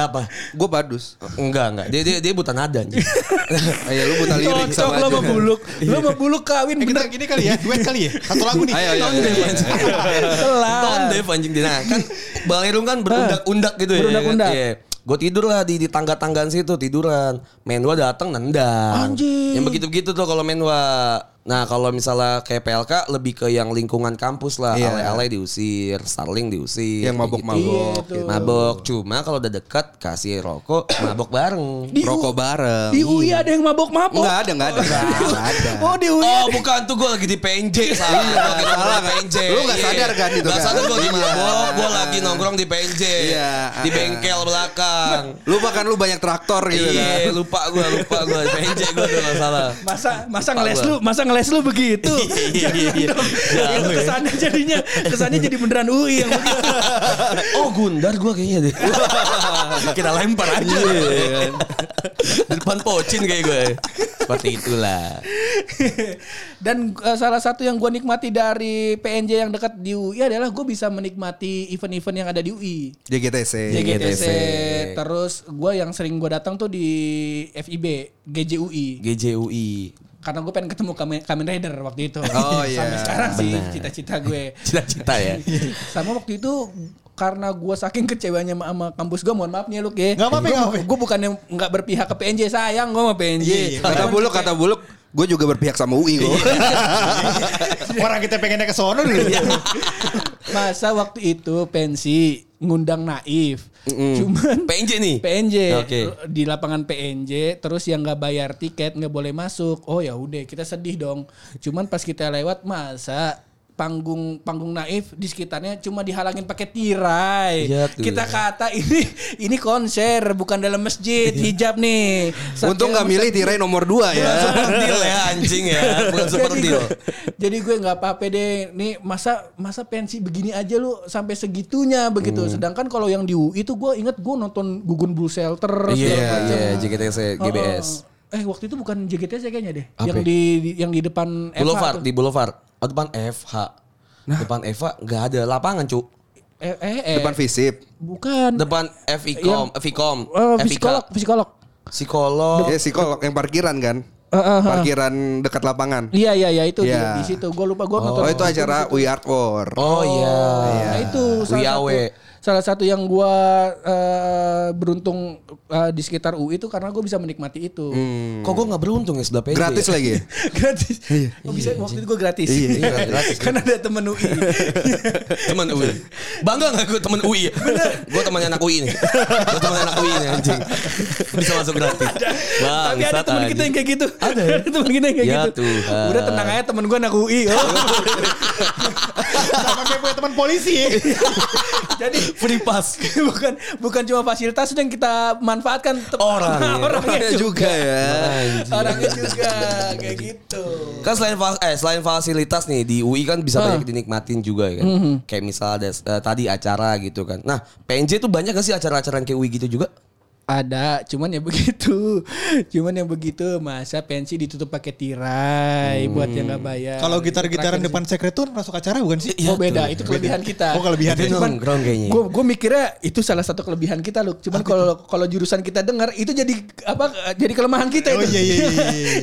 Apa? iya. Gue padus. Enggak, enggak. Dia dia, dia buta nada anjing. Ayo Oh, iya, lu buta lirik Cocok sama lu aja. sama buluk. Lu Iya. sama buluk kawin Eh, kita gitu. bener. gini kali ya, duet kali ya. Satu lagu nih. Iya. Ayo, ayo, Tone ayo. deaf anjing. Kelar. Tone deaf anjing dia. Nah, kan Balerung kan berundak-undak gitu ya. Berundak-undak. Iya. Gue tidur lah di, di tangga-tanggaan situ tiduran. Menwa datang nendang. Anjing. Yang begitu-begitu tuh kalau Menwa. Nah kalau misalnya kayak PLK lebih ke yang lingkungan kampus lah. Iya. Alay-alay diusir, Starling diusir. Yang kayak mabok-mabok gitu. Mabok. Cuma kalau udah dekat kasih rokok, mabok bareng. Di- Rokok bareng. Di UI ada yang mabok-mabok. Enggak ada, enggak ada. Enggak ada. Oh di UI. Oh bukan tuh gue lagi di PNJ salah Gua lagi nongkrong Iya, salah, di PNJ. Lu nggak Iya. sadar kan itu, Nggak kan? sadar gue lagi Iya. mabok, gue lagi nongkrong di PNJ. Iya. Di bengkel belakang. Lu makan lu banyak traktor gitu Iya, kan. lupa gue, lupa gue di PNJ gue tuh nggak salah. Masa masa Lupa ngeles gua. lu, masa ngeles lu begitu. Iya, iya, iya. Jangan dong. Itu kesannya jadinya kesannya jadi beneran UI yang begitu. Oh Gundar gue kayaknya deh. Kita lempar Iya, aja. Di depan pocin kayak gue. Seperti itulah. Dan eh, salah satu yang gue nikmati dari PNJ yang dekat di UI adalah gue bisa menikmati event-event yang ada di UI. JGTC. Iya, JGTC, terus gue yang sering gue datang tuh di FIB, GJUI. GJUI. Karena gue pengen ketemu Kamen, Kamen Rider waktu itu. Oh, iya. Sampai sekarang sih Benar. cita-cita gue. Cita-cita ya. Sama waktu itu karena gue saking kecewanya sama, sama kampus gue, mohon maaf nih lu ya. Nggak apa-apa, nggak apa-apa. Iya, Gue bukannya nggak berpihak ke PNJ sayang gue sama PNJ. iya. Kata buluk, kata buluk. Gue juga berpihak sama UI gue. Iya. Orang kita pengennya ke sono dulu. Masa waktu itu pensi ngundang naif. Cuman PNJ nih. PNJ Oke. di lapangan PNJ terus yang nggak bayar tiket nggak boleh masuk oh ya udah kita sedih dong cuman pas kita lewat masa panggung panggung naif di sekitarnya cuma dihalangin pakai tirai Ya tuh. kita kata ini ini konser bukan dalam masjid Iya. hijab nih Untung nggak milih tirai nomor 2 ya. Super deal ya anjing ya. Bukan super jadi deal. gue, jadi gue nggak apa-apa deh. Nih masa masa pensi begini aja lu sampai segitunya Hmm. begitu. Sedangkan kalau yang di UI itu gue inget gue nonton Gugun Blue Shelter. segala Iya, macam. iya, JGTC, Oh, GBS. oh. Eh waktu itu bukan JGTC ya kayaknya deh. Apa? Yang di di- yang di depan FH Boulevard, tuh. Nah. di Boulevard. Oh, depan FH. Depan FH nggak ada lapangan, Cuk. eh, eh, eh. Depan visip. bukan. Depan FIKOM, FIKOM, Iya. Eh, FIK. psikolog, psikolog. Oh. Psikolog. Ya psikolog yang parkiran kan. Eh, eh, eh. Parkiran dekat lapangan. Iya iya iya itu Iya. di- di situ. Gue lupa gue nonton. Oh itu acara We Art War. Oh iya. Nah, itu salah satu, Wiawe. salah satu yang gua eh, beruntung eh, di sekitar UI itu karena gue bisa menikmati itu. Kok gue gak beruntung ya sebelah PJ? Gratis ya? lagi. gratis. Oh, bisa waktu itu gue gratis. Iya, iya, gratis. karena ada temen UI. Temen UI. Bangga gak gue temen UI? Bener. gue temannya anak UI nih. Gue temannya anak UI nih anjing. Bisa masuk gratis. Bang, Tapi ada temen kita yang kayak gitu. Ada. temen kita yang kayak Ya gitu. Tuhan. Udah tenang aja temen gue anak UI. Oh. Sama kayak punya teman polisi ya. Iya. Jadi Free pass. bukan bukan cuma fasilitas yang kita manfaatkan tem- ya. Orangnya. orangnya juga. juga ya. Orangnya juga kayak gitu. Kan selain fa- eh selain fasilitas nih di UI kan Ah. bisa banyak dinikmatin juga ya kan. Mhm. Kayak misal ada eh, tadi acara gitu kan. Nah, PNJ tuh banyak gak sih acara-acara yang kayak UI gitu juga? Ada, cuman ya begitu. Cuman yang begitu masa pensi ditutup pakai tirai buat yang nggak bayar. Hmm. Kalau gitar-gitaran Terakhir depan sekretun masuk acara bukan sih? sih. Oh beda, itu kelebihan kita. Oh, kelebihan Itu ya. nongkrong kayaknya. Gue gue mikirnya itu salah satu kelebihan kita loh. Cuman kalau kalau jurusan kita dengar itu jadi apa? Jadi kelemahan kita Oh, itu. iya, iya, iya,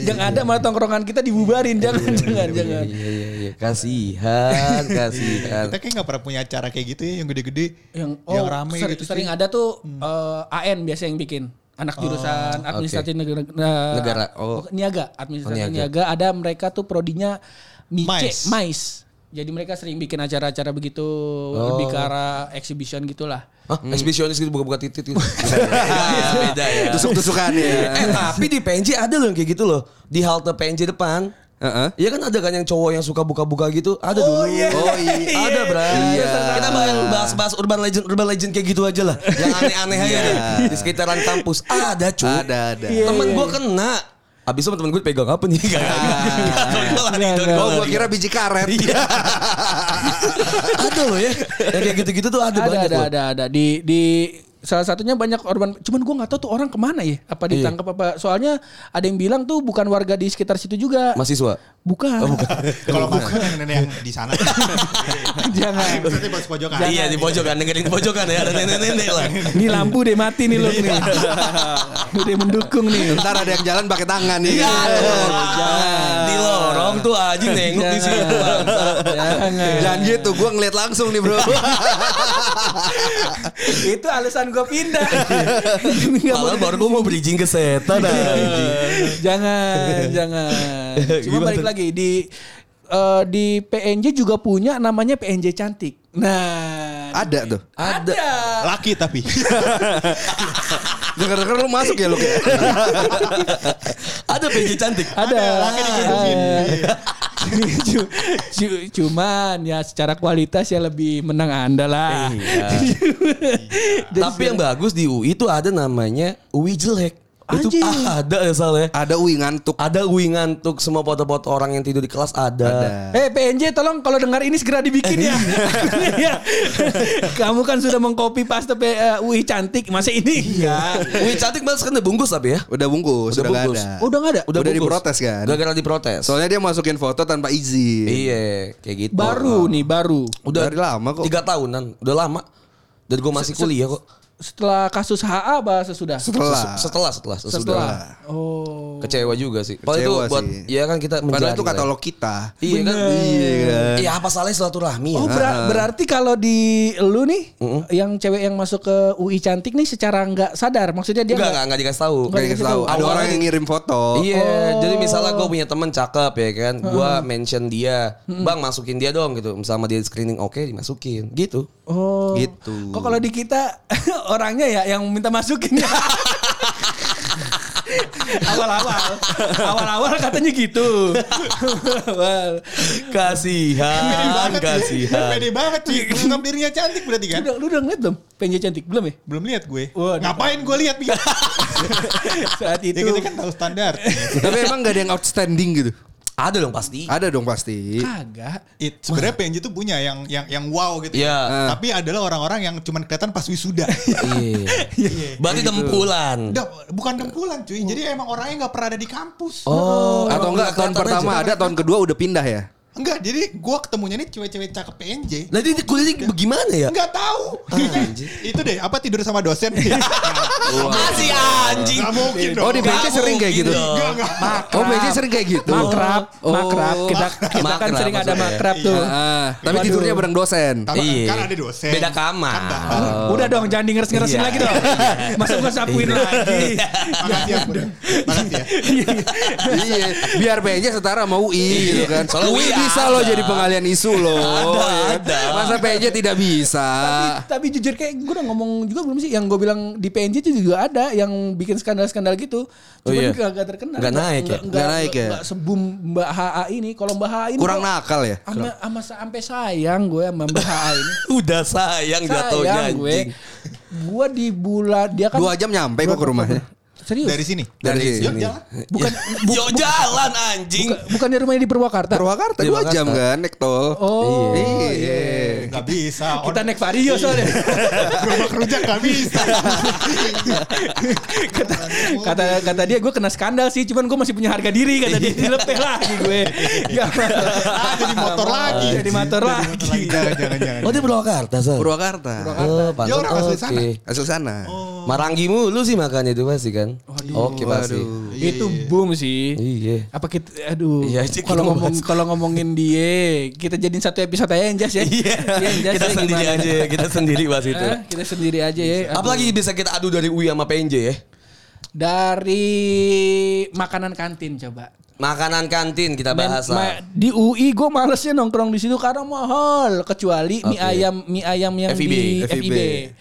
iya, yang ada malah tongkrongan kita dibubarin. Jangan jangan jangan. Iya iya iya. Kasihan, Iya, kasihan. Kita kayak gak pernah punya acara kayak gitu ya yang gede-gede. Yang oh yang rame sering, gitu. sering sih. ada tuh Hmm. eh, AN biasa yang bikin anak jurusan administrasi negara, eh, Oh, Negara, oh. niaga administrasi Oh, niaga. niaga. ada mereka tuh prodinya Mais. mice mais. jadi mereka sering bikin acara-acara begitu Oh. lebih ke arah exhibition gitulah Hah? Exhibitionis gitu buka-buka titik gitu. Nah, beda ya. Tusuk-tusukan ya. Eh tapi di PNJ ada loh yang kayak gitu loh. Di halte PNJ depan. Heeh. Iya kan ada kan yang cowok yang suka buka-buka gitu? Ada dulu. Oh iya. Ada bray. Iya. Kita bakal bahas-bahas urban legend, urban legend kayak gitu aja lah. Yang aneh-aneh aja Iya. deh. Di sekitaran kampus. Ada cuy. Ada ada. Iya, Temen gue kena. Iya. Abis itu temen gue pegang apa nih? Gak, gak, gak. Daun gua lari, daun gua Oh gua lari. kira biji karet. Iya. Ada loh ya. Yang kayak gitu-gitu tuh ada, ada banyak ada loh. ada ada di di salah satunya banyak orban cuman gua nggak tahu tuh orang kemana ya apa Iya. ditangkap apa soalnya ada yang bilang tuh bukan warga di sekitar situ juga Mahasiswa. bukan, Oh, Kalau bukan yang nenek yang di sana. jangan Maksudnya bos pojokan. iya di pojokan dengerin di pojokan ya ada nenek-nenek lah. Ini lampu deh mati nih lo nih. Udah mendukung nih. Ntar ada yang jalan pakai tangan nih. Iya, di lorong tuh aja nengok di situ. bangsa. Jangan. Jangan gitu, gua ngeliat langsung nih bro. Itu alasan gue pindah. Nggak mau Padahal Iya, baru gue mau bridging ke setan anjing. jangan jangan cuma Gimana balik tuh? lagi di eh, di PNJ juga punya namanya PNJ cantik nah Ada tuh. ada, Laki tapi. Dengar-dengar lu masuk ya lu kayak. Ada PJ cantik. ada, laki digebukin. Cu- cu- cuman ya secara kualitas ya lebih menang anda lah Tapi yang bagus di UI itu ada namanya UI jelek. Itu Anjing. ah, ada ya Sal ya. Ada Uwi ngantuk. Ada UI ngantuk semua foto-foto orang yang tidur di kelas ada. Eh PNJ tolong kalau dengar ini segera dibikin ya. Akunnya ya. Kamu kan sudah mengcopy paste P- eh, UI cantik masa ini. Iya. UI Nah, cantik banget kan udah bungkus tapi ya. Udah bungkus, Udah udah nggak bungkus. ada. Oh, udah nggak ada. Udah bungkus. diprotes kan? Gara-gara diprotes. Soalnya dia masukin foto tanpa izin. iya, kayak gitu. Baru nih baru. Udah Dari lama kok. Tiga tahunan, udah lama. Dan gue masih kuliah kok. Setelah kasus HA bahasa sudah. Setelah. Setelah, setelah, sesudah. Setelah. Oh. Kecewa juga sih. Padahal itu Kecewa buat, sih. ya kan kita Padahal menjalani itu lah. katalog kita. Iya kan? Iya kan? Iya apa salahnya silaturahmi ya? Oh bera- berarti kalau di lu nih yang cewek yang masuk ke UI cantik nih secara nggak sadar maksudnya dia Enggak, nggak- enggak, enggak dikasih tahu. Gak dikasih tahu. Ada Awalnya orang yang di- ngirim foto. Iya, jadi misalnya gue punya temen cakep ya kan, gue mention dia, bang masukin dia dong gitu, sama dia screening oke dimasukin, gitu. Oh. Gitu. Kok kalau di kita orangnya ya yang minta masukin ya. Awal-awal. Awal-awal katanya gitu. Awal. Kasihan, Pede banget cuy. Menganggap dirinya cantik berarti Lu kan? udah, lu udah ngeliat belum? Penja cantik belum ya? Belum lihat gue. Waduh. Ngapain gue lihat Bi? Saat Ya itu. kita kan tahu standar. Tapi emang gak ada yang outstanding gitu. Ada dong pasti. Ada dong pasti. Kagak. It, sebenarnya PNJ tuh punya yang yang yang wow gitu. Ah, Iya. Ah, Tapi adalah orang-orang yang cuman kelihatan pas wisuda. Iya. Berarti dempulan. Udah, bukan dempulan cuy. Jadi emang orangnya nggak pernah ada di kampus. Oh, Atau enggak tahun pertama ada, tahun kedua udah pindah ya? Enggak, jadi gua ketemunya nih cewek-cewek cakep PNJ. Nanti Nah, kuliahnya bagaimana ya? Enggak tahu. itu deh, apa tidur sama dosen? Masih anjing. Enggak mungkin dong. Kan Oh di Nggak BC sering kayak mungkin gitu. dong. Enggak, enggak. Oh BC sering kayak gitu. Makrab, Oh. makrab. Kita, kita kan Makrab sering ada maksudnya. makrab Iya. tuh. Heeh. Ah, tapi tidurnya bareng dosen. Kan, Iya. kan ada dosen. Beda kamar. Kan bang. Udah dong, jangan di ngeres-ngeresin Iya. lagi dong. Masa gua sapuin Iya. lagi. Makasih ya. Bunda. Makasih ya. iya, biar PNJ setara sama UI gitu kan. Iya. Soalnya UI UI bisa ada. loh jadi pengalian isu loh. Iya kan? ada. Masa PNJ tidak bisa? Ah. Tapi- tapi jujur kayak gue udah ngomong juga belum sih yang gue bilang di PNJ itu juga ada yang bikin skandal-skandal gitu Oh iya. cuman gak, gak terkenal Gak naik ya? gak, Gak naik ya? sebum Mbak HA ini kalau Mbak HA ini Kurang kok nakal ya? ama ama sampai sayang gue sama Mbak HA ini Udah sayang jatuhnya sayang gue anjing. gue di bulan dia kan Dua jam nyampe kok ke rumahnya. serius Dari sini. Dari Yuk, sini. jalan. Bukan Yo jalan anjing. bukan di rumahnya di Purwakarta Purwakarta dua Purwakarta. jam kan naik tol. Oh, iya. Enggak bisa. kita naik vario soalnya gerobak rujak enggak bisa. kata, kata kata dia gue kena skandal sih cuman gue masih punya harga diri kata dia dilepeh lagi gue Gak apa-apa. Ah, jadi motor lagi. jadi motor lagi Jangan, jangan, jangan. Oh dia Purwakarta Oh. Sal. Purwakarta. Oh, Dia orang asli pantas. sana. Oke. Asal sana. Maranggi mulu sih makannya itu pasti kan. Oke pasti. itu boom sih Iya. Iya. apa kita aduh Iya, sih, kalau kita ngomong bahas. kalau ngomongin dia kita jadiin satu episode aja Jas ya Jas, kita ya, sendiri gimana? aja, Iya, kita sendiri pas gitu. itu. Hah? kita sendiri aja ya Aduh. Apalagi bisa kita adu dari UI sama PNJ ya. dari makanan kantin coba Makanan kantin kita Men- bahas ma- lah. di UI gue malesnya nongkrong di situ karena mahal kecuali Oke. mie ayam mie ayam yang FIB. di FIB. FIB.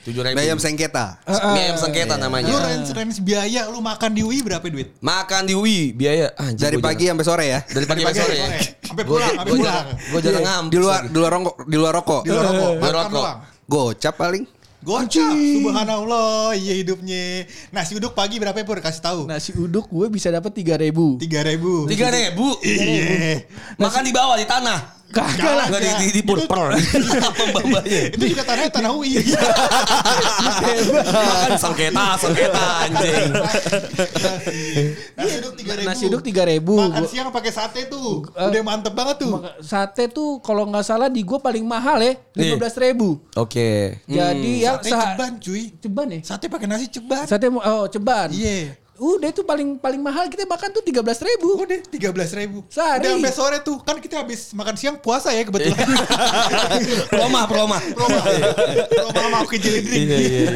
Tujuh ribu. Bayam sengketa. Mie ayam sengketa Lu namanya. range, range biaya lu makan di UI berapa duit? Makan di UI biaya Ah, anjing, Dari gua pagi jarang- sampai sore ya. dari pagi sampai sore. Sampai pulang, sampai pulang. Gue jarang Iya. ngampus. Di luar lagi. di luar rokok, di luar rokok. Di luar rokok, Di luar makan rokok. doang. Gocap paling. Gocap, subhanallah, iya hidupnya. Nasi uduk pagi berapa ya, Pur? Kasih tahu. Nasi uduk gue bisa dapat tiga ribu. 3000. Tiga ribu. Iya. Makan di bawah di tanah. Kagak lah. Enggak di di, di purper. Apa mbak-mbaknya? Itu juga tanahnya tanah UI. Makan sengketa, sengketa anjing. Nasi uduk 3000. Nasi uduk tiga ribu. Eh, Makan siang pakai sate tuh. Udah mantep banget tuh. Sate tuh kalau nggak salah di gue paling mahal ya Iya. lima belas ribu. Oke. Jadi ya Hmm. Sate sah- Eh, ceban cuy. ceban ya. Sate pakai nasi ceban. Sate mu- oh ceban. Iya. udah itu paling paling mahal kita makan tuh 13.000 ribu. Udah Oh, tiga belas ribu. Sehari. Udah sampai sore tuh kan kita habis makan siang puasa ya kebetulan. Iya. Proma, proma. Roma, Roma mau ke jelly drink. Iya,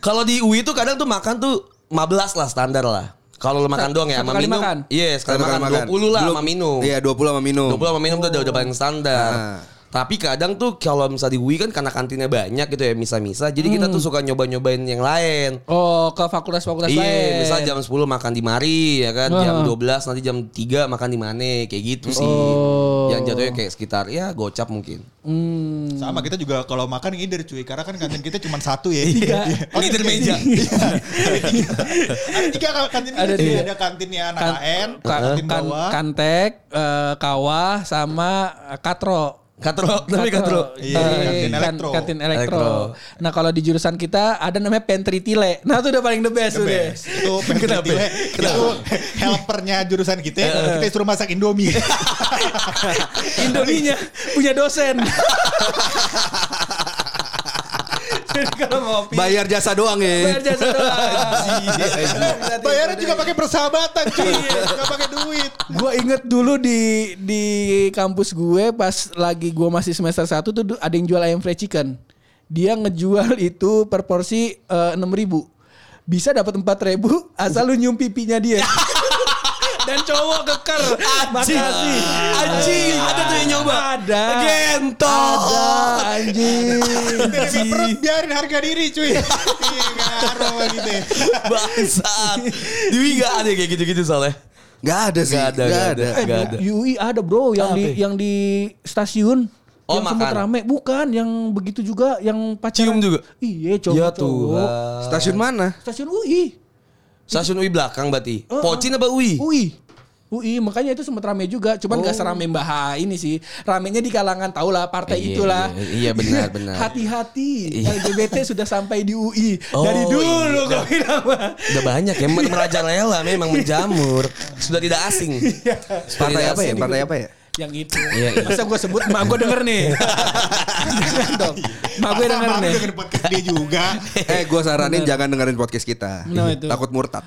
Kalau di UI tuh kadang tuh makan tuh 15 lah standar lah. Kalau lo makan doang ya satu sama kali minum. makan? Iya, sekali Satu kali makan 20 lah Belum- sama minum. Iya, 20 sama minum. 20 sama minum tuh udah, udah paling standar. Ah. Tapi kadang tuh kalau misalnya di UI kan karena kantinnya banyak gitu ya misa-misa. Jadi kita tuh suka nyoba-nyobain yang lain. Oh, ke fakultas-fakultas lain. Iya, misalnya jam 10 makan di Mari ya kan, jam Ah. 12 nanti jam 3 makan di mana kayak gitu sih. Oh. Yang jatuhnya kayak sekitar ya gocap mungkin. Hmm. Sama kita juga kalau makan ngider cuy karena kan kantin kita cuma satu ya. Iya. Oh, Ada Leader meja. Ada tiga kantin kita Ada cuy. tiga. Ada kantinnya anak Kan- AN, Ka- kantin kan- bawah. kantek, eh, kawah sama eh, katro. Katro, tapi katro. Iya, Eh, kantin kan- elektro. kantin Elektro. elektro. Nah kalau di jurusan kita ada namanya pantry tile. Nah itu udah paling the best The udah. best. Itu peneliti gue, Itu helpernya jurusan kita. Kita suruh masak Indomie. Indominya punya dosen. Jadi kalau mau pilih, Bayar jasa doang bayar ya. jasa doang. Bayarnya juga pakai persahabatan cuy. Gak pakai duit. Gue inget dulu di di kampus gue pas lagi gue masih semester 1 tuh du- ada yang jual ayam fried chicken. Dia ngejual itu per porsi eh, enam ribu. Bisa dapat empat ribu asal lu nyium pipinya dia. Dan cowok keker. Makasih. Anjing, ada tuh yang nyoba. Ada. Gentol. Ada anjing. Dari perut biarin harga diri cuy. Iya ngaruh sama kita. Bangsat. Di UI gak ada kayak gitu-gitu soalnya. Gak ada Eh, sih. Gak ada, gak ada, gak ada. UI ada bro yang di yang di stasiun Oh, yang sempat makan. rame bukan yang begitu juga yang pacaran Cium juga? iya cowok Ya cowok Tuhan. Stasiun mana? stasiun UI Stasiun UI belakang berarti. Oh, Pocin apa UI? UI UI makanya itu sempat rame juga cuman Oh. nggak serame Mbah Ha ini sih ramenya di kalangan tahulah partai Iya, itulah iya, iya, benar, benar. hati-hati Iya. LGBT sudah sampai di UI Oh, dari dulu iya. kok bilang Mbah. Udah banyak ya men- merajalela memang menjamur. Sudah tidak asing. Iya. Sudah Partai tidak apa ya? asing. Partai apa ya? yang itu Iya, iya. masa gue sebut mak gue denger nih Jangan dong mak gue denger nih Denger podcast dia juga. Eh, gue saranin jangan dengerin podcast kita. No, itu. Takut murtad.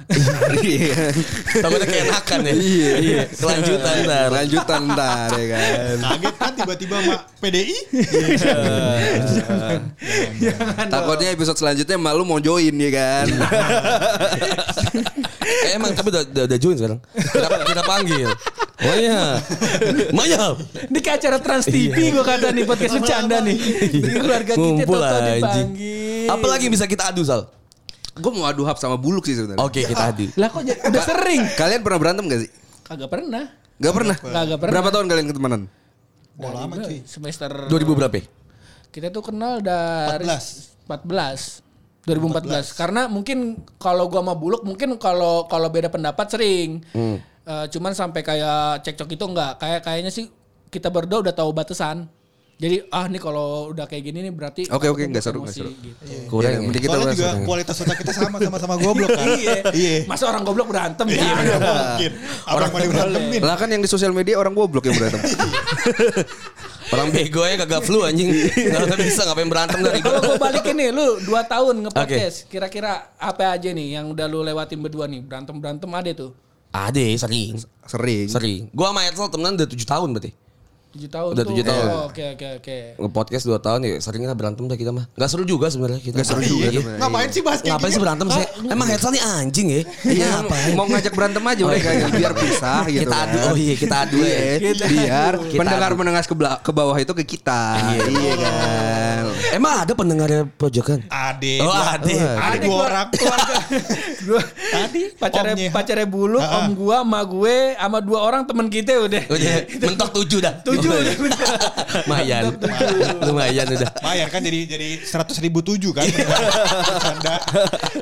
Iya. Takutnya keenakan ya. Iya, iya. Kelanjutan ntar. Lanjutan ntar ya kan. Kaget kan tiba-tiba sama PDI. Takutnya episode selanjutnya malu mau join ya kan. Iya. Eh, emang tapi udah, udah, udah join sekarang. Kita, kita panggil. Maya. Maya. Ini kayak acara Trans TV gue kata nih podcast bercanda nih. Dari keluarga kita Ngumpul tau anjing. dipanggil. Apalagi yang bisa kita adu Sal? gue mau adu hap sama buluk sih sebenarnya. Oke kita adu. Lah kok jadi- udah sering? Kalian pernah berantem gak sih? Kagak pernah. Gak pernah. Kagak pernah. Berapa tahun kalian ketemanan? Wah lama cuy. Semester 2000 berapa? ya? Kita tuh kenal dari 14. 14. 2014 karena mungkin kalau gua sama Buluk mungkin kalau kalau beda pendapat sering. Eh, cuman sampai kayak cekcok itu enggak. Kayak kayaknya sih kita berdua udah tahu batasan. Jadi ah nih kalau udah kayak gini nih berarti gitu. Oke, oke, nggak nggak seru, nggak seru. Kurang Iya, ya? mending kita Soalnya bahas juga sekarang. kualitas otak kita sama sama sama goblok kan. Iya. Iya. Masa orang goblok berantem ya? Iya, nggak mungkin. Orang mana berantemin. Lah kan yang di sosial media orang goblok yang berantem. Orang bego ya kagak flu anjing. Enggak bisa ngapain berantem dari Kalau gue balikin nih, lu 2 tahun ngepodcast, Oke. kira-kira apa aja nih yang udah lu lewatin berdua nih? Berantem-berantem ada tuh. Ada sering. Sering. Sering. Gua sama Edsel temenan udah 7 tahun berarti. 7 tahun Udah tuh. 7 tahun. Oh, Oke, oke, oke. Nge-podcast 2 tahun ya sering lah berantem dah kita mah. Gak seru juga sebenarnya kita. Nggak seru juga Iya. sebenarnya. Ngapain sih bahas kayak Ngapain sih gini? berantem sih? Emang Edsel nih anjing ya? Iya, Ngapain? mau ngajak berantem aja mereka ya, biar pisah gitu. Kita adu. kan. Oh iya, kita adu ya. Iya, Kita biar adu. pendengar menengah ke, bela- ke bawah itu ke kita. iya kan. Emang ada pendengarnya pojokan? Ade. Oh, gua- Ade. Ade Ade dua gua- orang. keluarga gua tadi pacarnya Omnya. pacarnya bulu, om gua, sama gue, sama dua orang temen kita udah. Udah Oh, iya. mentok tujuh dah. Tujuh. Lumayan. Lumayan udah. Bayar kan jadi jadi seratus ribu tujuh kan bercanda.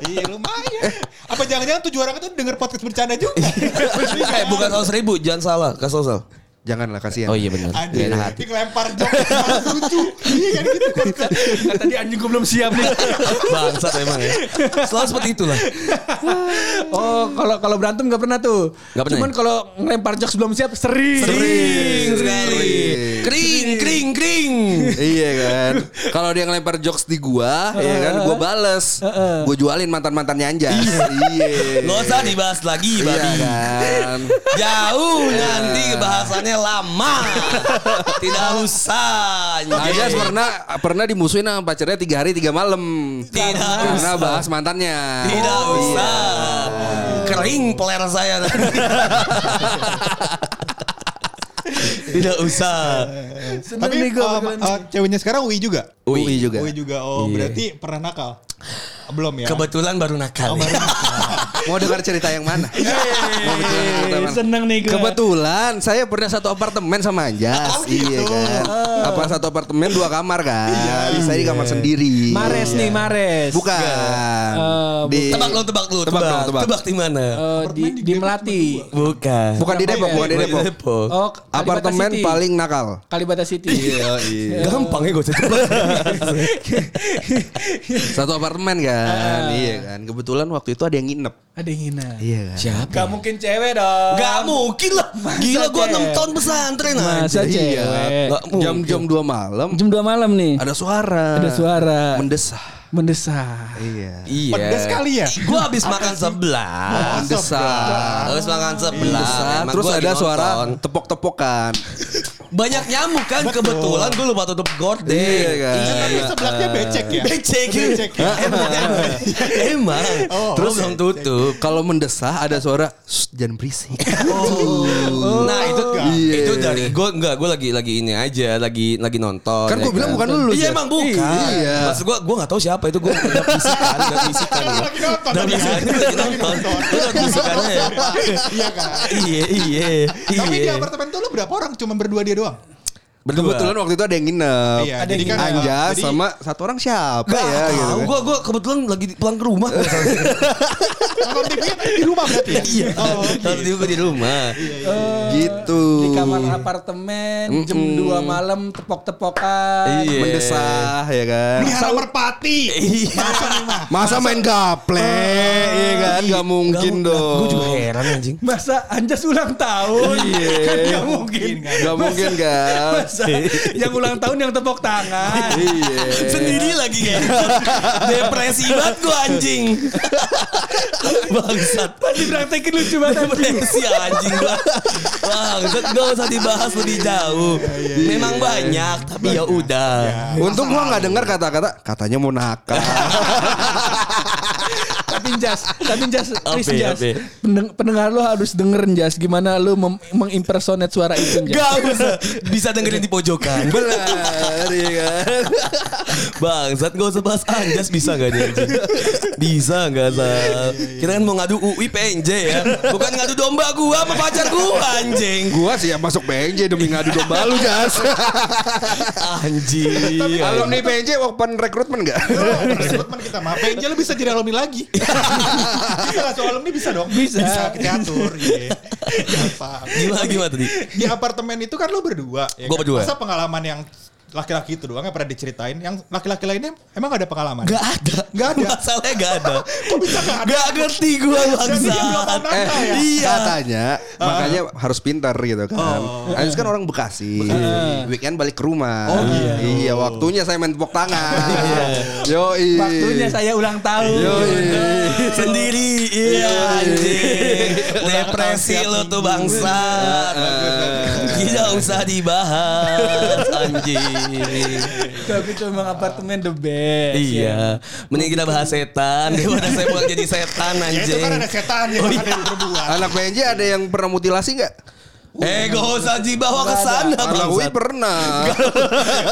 Iya lumayan. Apa jangan-jangan tujuh orang itu denger podcast bercanda juga? Eh bukan 100 ribu, jangan salah, kasih sal. Janganlah kasihan. Oh iya benar. Gak Anjing, enak hati. ini lempar jok malah lucu. Iya kan gitu konsep. Nah, tadi anjing gue belum siap nih. Bangsat memang ya. Selalu seperti itulah. Oh, kalau kalau berantem nggak pernah tuh. Nggak pernah Cuman ya? kalau ngelempar jokes belum siap sering. Sering sekali. Sering. Kring, kring, kering. iya kan. Kalau dia ngelempar jokes di gua, ya kan gua bales. Gua jualin mantan-mantannya anjas. Iya. Gak usah dibahas lagi, Iya babi. kan. Jauh nanti bahasannya lama. Tidak usah. anjing. Anjas Nah, pernah pernah dimusuhin sama pacarnya tiga hari tiga malam. Tidak Karena usah. bahas mantannya. Iya. Tidak Oh, usah. Kering peler saya tadi. Tidak usah. Tapi um, uh, ceweknya sekarang UI juga. UI, juga. UI juga. Oh, Iya. berarti pernah nakal? Belum ya? Kebetulan baru nakal. ya. Mau dengar cerita yang mana? Mau dengar cerita yang mana? Iya, Seneng nih gue. Kebetulan saya pernah satu apartemen sama Anjas. Oh, gitu. Iya kan. Apa satu apartemen dua kamar kan? Saya di kamar sendiri. Mares Iya. nih Mares. Eh, Bukan. di, Tebak lu, tebak lu, Tebak tebak. dong, tebak. Tebak di mana? Eh, di, di Melati. Bukan. bukan di Depok, bukan di Bukan di Depok. Depok. Oh, Kalibata Apartemen City. paling nakal. Kalibata City. iya. Gampang ya gue tebak. Satu apartemen kan. Iya kan. Kebetulan waktu itu ada yang nginep. Ada yang hina. ya? Iya kan. Siapa? Gak mungkin cewek dong. Gak mungkin lah. Gila gue cewek? 6 tahun pesantren Masa anjing. cewek? Iya. Nggak mungkin. Jam-jam 2 malam Jam 2 malam nih. ada suara. Ada suara. Mendesah. Mendesah. Iya. Iya. Pedes kali ya? Gue habis makan sebelah. Mendesah. Habis makan sebelah. Mendesah. emang Iya. Terus gua ada lagi suara nonton. tepok-tepokan. Banyak nyamuk kan kebetulan gue lupa tutup gorden. Iya kan. Tapi sebelahnya becek ya. Eh, Becek. Eh, Becek. Emang. Emang. Oh, Terus belum tutup. Kalau mendesah ada suara "Shh, jangan berisik. Nah itu Iya. itu dari gue enggak gue lagi lagi ini aja lagi lagi nonton. Kan ya gua bilang bukan lu, lu, Iya Jas. emang bukan. Iya. Maksud gue gue nggak tahu kan, siapa itu gue udah bisikan udah bisikan. gua. Lagi nonton. Udah bisikan ya. lagi nonton. Udah bisikan aja. Iya kan. kan, ya. Iya iya. Tapi di iya. apartemen tuh lu berapa orang? Cuma berdua dia doang. Berdua. Kebetulan waktu itu ada yang nginep. Iya, Ada jadi yang kan, Anjas jadi- sama satu orang siapa Gak ya tahu, gitu. kan. gue gue kebetulan lagi di- pulang ke rumah. Nonton TV -nya di rumah berarti ya? Iya. Oh, oke. Tapi gue di rumah. gitu. Di kamar apartemen jam 2 malam tepok-tepokan. Iya. Mendesah ya kan. Pelihara merpati. Iya. Masa nih, Mah? Masa main gaple ya kan nggak mungkin dong. Gue juga heran anjing. Masa Anjas ulang tahun? Iya. Kan gak mungkin. Nggak mungkin kan. Masa yang ulang tahun yang tepok tangan. Iya. Sendiri lagi ya. Depresi banget gue anjing. Bangsat. Pasti praktekin lucu Iya. banget. anjing. Depresi anjing gue. Bangsat gak usah dibahas lebih jauh. Memang banyak tapi ya udah. Untung gua nggak dengar kata-kata katanya mau nakal. Tapi Jas, tapi Jas, please Apa, Jas. apa? Pendeng- pendengar lu harus dengerin Jas gimana lu mem- mengimpersonate suara itu Jas. Gak usah. Bisa dengerin di pojokan. Benar ya kan. Bangsat gak usah bahas anjas bisa gak nih anjing? Bisa gak Sal? Kita kan mau ngadu UI PNJ ya Bukan ngadu domba gua sama pacar gua anjing Gua sih yang masuk PNJ demi ngadu domba lu Jas. Anjing Alumni PNJ open recruitment enggak? Rekrutmen kita mah. PNJ lu bisa jadi alumni lagi. Kita langsung alumni bisa dong. Bisa. Bisa kita atur. iya. Gampang. Gimana gimana tadi? Di apartemen itu kan lu berdua. Ya Gua kan? berdua. Masa pengalaman yang laki-laki itu doang yang pernah diceritain. Yang laki-laki lainnya emang ada pengalaman? Gak ada Gak ada. Masalahnya gak ada Kok bisa gak ada? Gak ngerti gua Jadi dia belum Eh, bangsat pernah nakal ya? Iya. Katanya makanya harus pintar gitu kan. Anis kan orang Bekasi. Iya. Weekend balik ke rumah. iya. waktunya saya main tepuk tangan. Yo Waktunya saya ulang tahun. Yo Sendiri Iya anjing Depresi lo tuh bangsat Eh. Iya. Tidak usah dibahas anjing Tapi itu emang apartemen the best. ya. Iya, mending kita bahas setan daripada saya pulang jadi setan Ya itu anjing. kan ada setan Oh, yang ada iya. yang berbuat. Anak PNJ ada yang pernah mutilasi nggak? Eh, gak usah dibawa ke sana, Anak UI bangsat. pernah.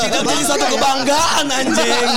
Kita jadi satu kebanggaan anjing.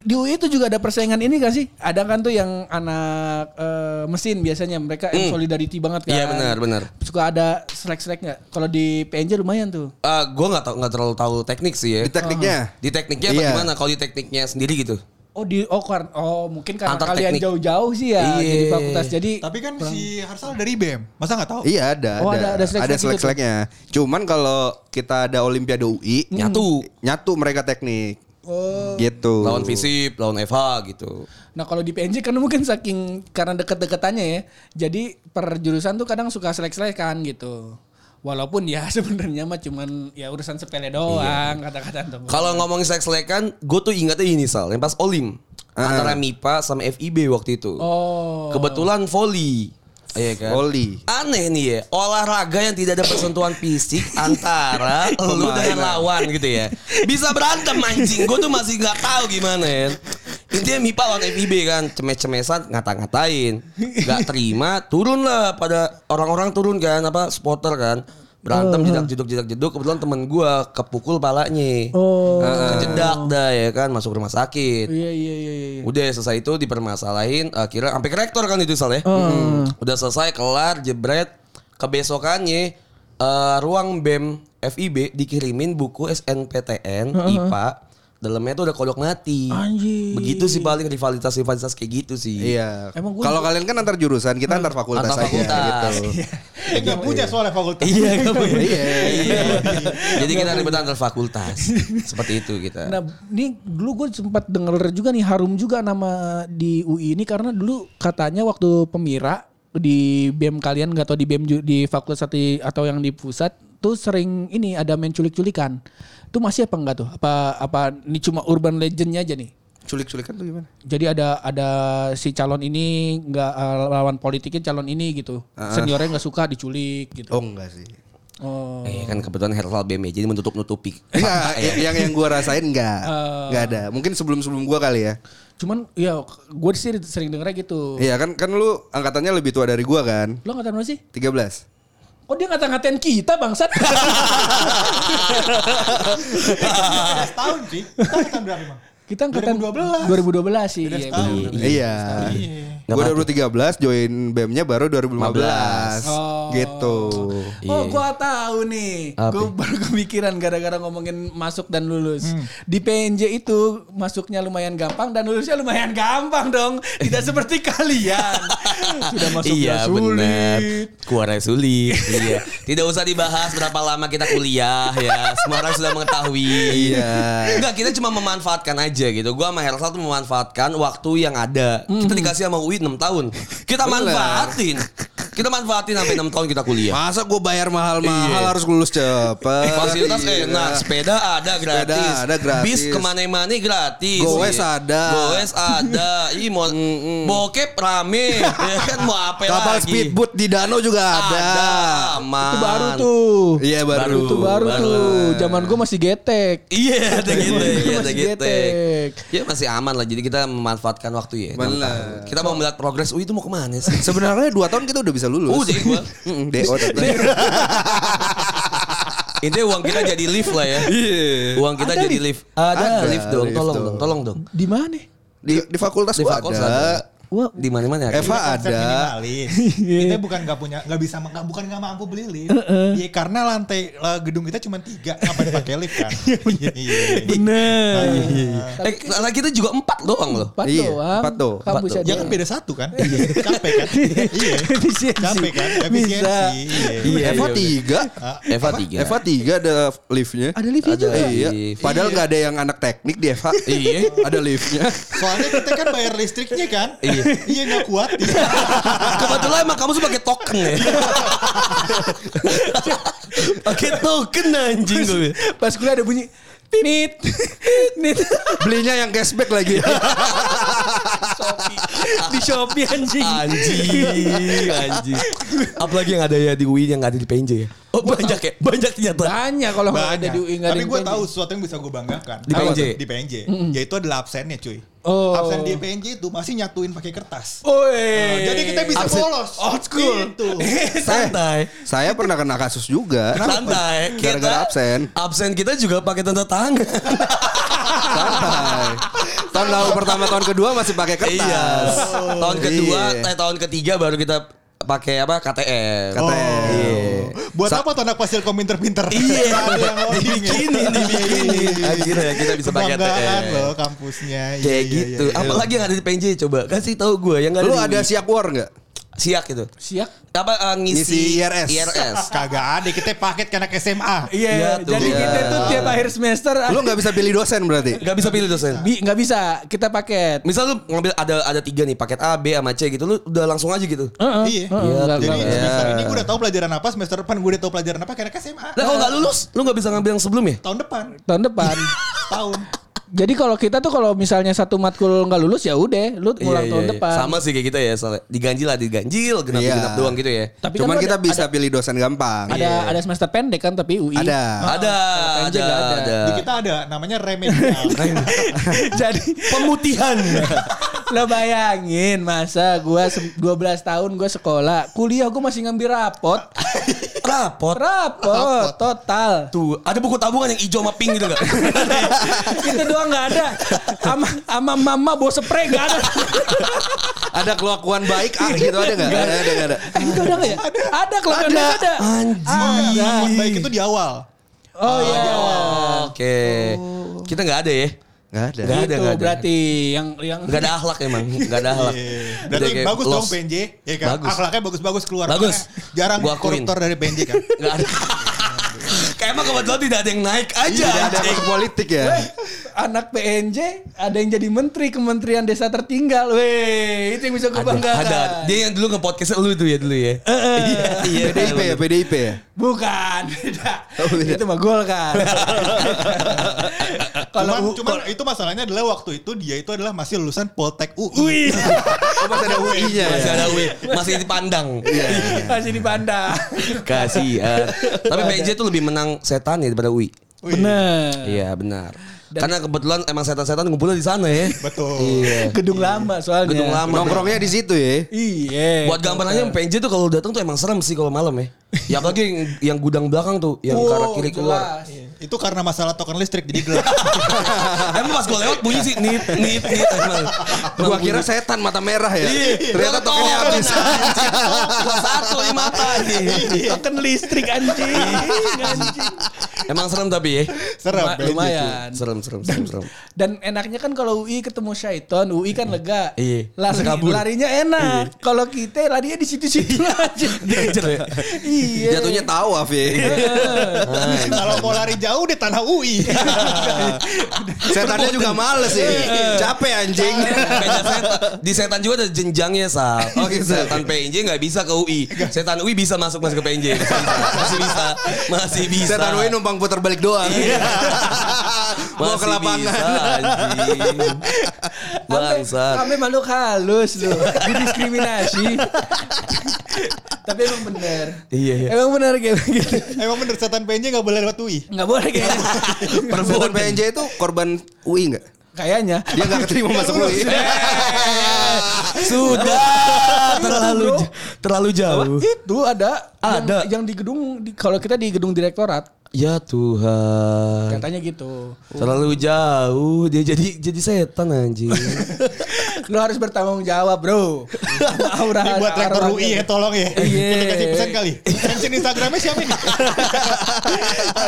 Di UI itu juga ada persaingan ini gak sih? Ada kan tuh yang anak eh, mesin biasanya mereka em solidarity banget kan. Iya, benar, benar. Suka ada selek-selek nggak? Kalau di PNJ lumayan tuh. Eh, Ah, gue nggak tau nggak terlalu tahu teknik sih ya. Di tekniknya. Di tekniknya apa Iya. gimana? Kalau di tekniknya sendiri gitu. Oh di oh, kar- oh mungkin karena Antar kalian teknik. jauh-jauh sih ya Iya. jadi fakultas. Jadi Tapi kan si Harsal dari BEM. Masa nggak tahu? Iya ada, Oh, ada- ada, ada, ada selek-selek gitu selek-seleknya. Cuman kalau kita ada Olimpiade UI, Hmm. Nyatu. nyatu mereka teknik. Oh. Gitu. Lawan Visip, lawan FH gitu. nah kalau di PNJ kan mungkin saking karena deket-deketannya ya. Jadi per jurusan tuh kadang suka selek-selekan gitu. Walaupun ya sebenarnya mah cuman ya urusan sepele doang kata-kata tuh. Iya. Kalau ngomongin selek-selekan, gue tuh ingatnya ini Sal, yang pas Olim. Antara MIPA sama FIB waktu itu. Oh. Kebetulan volley. Iya kan? Volley. Aneh nih ya, olahraga yang tidak ada persentuhan fisik antara lu dengan lawan gitu ya. Bisa berantem anjing, gue tuh masih nggak tahu gimana ya. Intinya MIPA lawan FIB kan, cemes-cemesan ngata-ngatain. Nggak terima, turun lah pada orang-orang turun kan, apa, supporter kan. Berantem jedak jeduk jedak jeduk kebetulan temen gue kepukul palanya. Oh. Kejedak dah ya kan, masuk rumah sakit. Iya iya iya iya. iya. Udah selesai itu dipermasalahin akhirnya sampai ke rektor kan itu salah ya. Oh. Udah selesai kelar jebret kebesokannya eh, ruang BEM FIB dikirimin buku SNPTN IPA dalamnya tuh ada kodok mati. Anjir. Begitu sih paling rivalitas rivalitas kayak gitu sih. Iya. Emang gua- Hmm. Kalau kalian kan antar jurusan, kita antar fakultas, Antar fakultas. Iya. aja gitu. Eh, nggak punya soalnya fakultas. kan, Bu? Iya. Iya. Jadi kita ribet antar fakultas. Seperti itu kita. Nah, ini dulu gue sempat denger juga nih harum juga nama di UI ini karena dulu katanya waktu pemira di BEM kalian nggak tau di BEM ju- di fakultas ati- atau yang di pusat tuh sering ini ada main culik-culikan. Itu masih apa enggak tuh? Apa apa ini cuma urban legendnya aja nih? Culik-culikan tuh gimana? Jadi ada ada si calon ini nggak eh, lawan politiknya calon ini gitu. Seniornya nggak suka diculik gitu. Oh enggak sih. Oh. Eh kan kebetulan Hersal BEM ya, jadi menutup-nutupi. Enggak, Iya. yang Iya, yang- yang gua rasain enggak. Eh. Enggak ada. Mungkin sebelum-sebelum gua kali ya. Cuman ya gue sih sering dengernya gitu. Iya kan kan lu angkatannya lebih tua dari gua kan? Lo ngatain apa sih? 13. Kok dia ngata-ngatain kita bangsat? Setahun sih. Kita angkatan berapa emang? kita angkatan 2012. 2012 sih. Iya, setahun. bener. Iya. Nggak Gue 2013 join BEM-nya baru 2015. Oh. Gitu. Oh, gua tahu nih. Apa? Gua baru kepikiran gara-gara ngomongin masuk dan lulus. Di PNJ itu masuknya lumayan gampang dan lulusnya lumayan gampang dong. Tidak seperti kalian. Sudah masuknya iya, bener. Keluarnya sulit. iya. Tidak usah dibahas berapa lama kita kuliah ya. Semua orang sudah mengetahui. Iya. Enggak, kita cuma memanfaatkan aja gitu. Gua sama Hersal tuh memanfaatkan waktu yang ada. Kita dikasih sama UI 6 tahun. Kita manfaatin. Kita manfaatin sampai 6 tahun kita kuliah. Masa gue bayar mahal-mahal Iya. harus lulus cepet. Eh, Fasilitas Iya. enak, sepeda ada gratis, ada gratis. bis kemana-mana gratis, Goes Iya. ada. goes ada, Ih, mau bokep rame, ya kan mau apa Kapal lagi? speedboat di danau juga ada. aman. Itu baru tuh. Iya baru. Itu baru, baru tuh. Zaman gua masih getek. Iya, ada gitu, Itu iya, ada masih gitu. getek. Ya masih aman lah. Jadi kita memanfaatkan waktu ya. enam Bener. tahun. Kita mau melihat progres. UI itu mau kemana sih? Sebenarnya 2 tahun kita udah bisa lulus. Udah, gua. Mm-mm, DO tapi. Intinya uang kita jadi lift lah ya. Uang kita Ada jadi lift? lift. Ada, Ada lift dong. lift Tolong dong. dong, tolong dong. Di mana? Di, di fakultas Di gua fakultas ada. ada. Di mana-mana ya? Eva Konsep ada. minimalis. kita bukan nggak punya, nggak bisa, nggak bukan nggak mampu beli lift. Iya karena lantai eh, gedung kita cuma tiga, ngapain pakai lift kan? Iya. Bener. Eh, lah kita juga empat doang loh. iya. Empat Iya, doang. empat tuh. Kamu Empat tuh. Ya kan beda satu kan? Capek kan? Iya. Efisiensi. Capek kan? Bisa. Efisiensi. Iya. Iya, Eva iya, 3. Eva tiga. Eva 3 ada liftnya. Ada liftnya Ada. juga. Iya. Lift. Padahal nggak ada yang anak teknik di Eva. Iya. Ada liftnya. Soalnya kita kan bayar listriknya kan? Iya. Iya nggak kuat. Iya. Kebetulan emang kamu tuh pakai token ya. pakai token anjing gue. Pas kuliah ada bunyi tinit. Tinit. Belinya yang cashback lagi. Iya. di Shopee anjing. Anjing, anjing. Apalagi yang ada ya di UI yang nggak ada di PNJ ya. Oh banyak ya, banyak ternyata. Banyak kalau nggak ada Banyak. di UI nggak ada Tapi di gue PNJ. tahu sesuatu yang bisa gue banggakan. Di Apa PNJ? tuh? Di PNJ. Yaitu adalah absennya cuy. Oh. Absen di PNJ itu masih nyatuin pakai kertas. Oi. Jadi kita bisa Gitu. Absen- bolos. old school. Itu. Eh, Santai. Saya pernah kena kasus juga. Santai. Kita- Gara-gara absen. Absen kita juga pakai tanda tangan. Santai. Ah. Tahun lalu pertama tahun kedua masih pakai kertas. Iya. Tahun kedua, Iya. eh, tahun ketiga baru kita pakai apa KTM. KTM. Iya. Buat Sa- apa tuh anak pasil kominter pinter? Iya. Ada yang loading ya. Dibikinin, dibikinin. Akhirnya kita bisa pakai Kebanggaan TR. loh kampusnya. Iya, Kayak iya, gitu. iya. Apalagi yang ada di PNJ coba kasih tahu gue yang nggak ada. Lu di ada UI. siak war nggak? siak gitu. Siap. Apa eh, Ngisi ngisi, IRS. Kagak ada kita paket ke anak SMA. Iya, Iya tuh. jadi Iya. kita tuh tiap akhir semester Lu nggak bisa pilih dosen berarti? Gak bisa pilih dosen. bi nggak bisa kita paket. Misal lu ngambil ada ada tiga nih paket A, B sama C gitu, lu udah langsung aja gitu. Heeh, Iya. heeh, nggak- Jadi nggak- semester ini gue udah tahu pelajaran apa, semester depan gue udah tahu pelajaran apa karena SMA. Lah kalau nggak lulus, lu nggak bisa ngambil yang sebelumnya. Tahun depan, tahun depan. tahun. Jadi kalau kita tuh kalau misalnya satu matkul nggak lulus ya udah, lu Iya, ulang tahun iya, iya. depan. Sama sih kayak kita ya, soalnya diganjil lah diganjil, genap Iya. genap doang gitu ya. Tapi kan Cuman lu kita ada- bisa pilih dosen gampang. Ada ada semester pendek kan tapi UI. Ada. Iya. ada, kalau PNJ ada, nggak ada. ada. Di kita ada namanya remedial. Jadi Pemutihan. lo bayangin masa gua se- 12 tahun gua sekolah, kuliah gua masih ngambil rapot. Rapot. Rapot total. Tuh, ada buku tabungan yang hijau sama pink gitu enggak? Itu doang nggak ada. Ama ama mama bawa spray nggak ada. Ada kelakuan baik ah, gitu ada nggak? Ada ada nggak ada. Eh, itu ada nggak ya? Ada kalau ada. ada. Anjing. Kelakuan baik itu di awal. Oh iya. Oh. Oke. Kita nggak ada ya. Nggak ada. Nggak ada, Itu nggak ada. Gitu. berarti yang yang Nggak ada akhlak emang, nggak ada akhlak. Iya. Udah Berarti kayak bagus dong lost. PNJ, ya kan? Bagus. Akhlaknya bagus-bagus keluar. Bagus. Makanya Jarang Gua akuin. koruptor dari PNJ kan. Nggak ada. Kayak emang kebetulan tidak ada yang naik aja. Iya, Tidak ada anjing. masuk politik ya. anak PNJ ada yang jadi menteri Kementerian Desa Tertinggal. Weh, itu yang bisa gue Ada, banggakan. ada. Dia yang dulu nge-podcast lu itu ya dulu ya. Iya, iya. PDIP ya, PDIP ya. Bukan, beda. Oh, beda. Itu mah Golkar. Cuman, Kalau cuman itu masalahnya adalah waktu itu dia itu adalah masih lulusan Poltek UI. Oh, masih ada UI-nya ya. Masih ada Wi, masih dipandang. Iya. masih dipandang. Kasihan. eh. Tapi PJ itu lebih menang setan ya daripada Wi. Eh. Wih, Bener. Iya, benar. Karena kebetulan emang setan-setan ngumpulnya di sana ya. Betul. Iya. Gedung lama soalnya. Iya. Gedung lama. Nongkrongnya di situ ya. Iya. Buat gambarannya PJ tuh kalau datang tuh emang serem sih kalau malam ya. Ya apalagi yang, yang gudang belakang tuh Oh, yang ke arah kiri keluar. Iya. Itu karena masalah token listrik jadi gelap. Emang pas gue lewat bunyi sih nit nit nit emang. Gua Emang kira bunyi. setan mata merah ya. Ternyata Token tokennya habis. anjing. Gua satu di mata anjing. Iya. Token listrik anjing. Iya. anjing. Emang serem tapi ya. Serem. Ma- PNJ. lumayan. Serem serem serem serem. Dan enaknya kan kalau UI ketemu syaiton, UI kan lega. Iya. Lari, Bisa kabur. larinya enak. Kalau kita larinya di situ-situ aja. Danger ya. iya. Jatuhnya tawaf ya. Kalau mau lari jauh di tanah UI. Setannya juga males ya. Capek anjing. Beda setan. Di setan juga ada jenjangnya Sal. Oke, Sal. setan PNJ nggak bisa ke UI. Setan UI bisa masuk masuk ke PNJ. Masih bisa. Masih bisa. Setan Wei numpang putar balik doang. Mau ke Masih bisa, lapangan. anjing. Bangsat. Kami makhluk halus loh. Didiskriminasi. Tapi emang bener. Iya, iya. Emang bener kayak begitu. Emang bener setan PNJ gak boleh lewat UI. Nggak boleh gitu. kayaknya. Setan PNJ itu korban UI enggak? kayaknya. Dia enggak keterima masuk UI. Sudah terlalu Bro. j- terlalu jauh. Itu ada yang- Ada. yang, di gedung di- kalau kita di gedung direktorat Ya Tuhan. katanya gitu. Terlalu jauh dia jadi jadi setan anjing. Lu harus bertanggung jawab, Bro. Aura Ini buat rektor UI ya tolong ya. Iya. Kita kasih pesan kali. Mention Instagramnya siapa ini?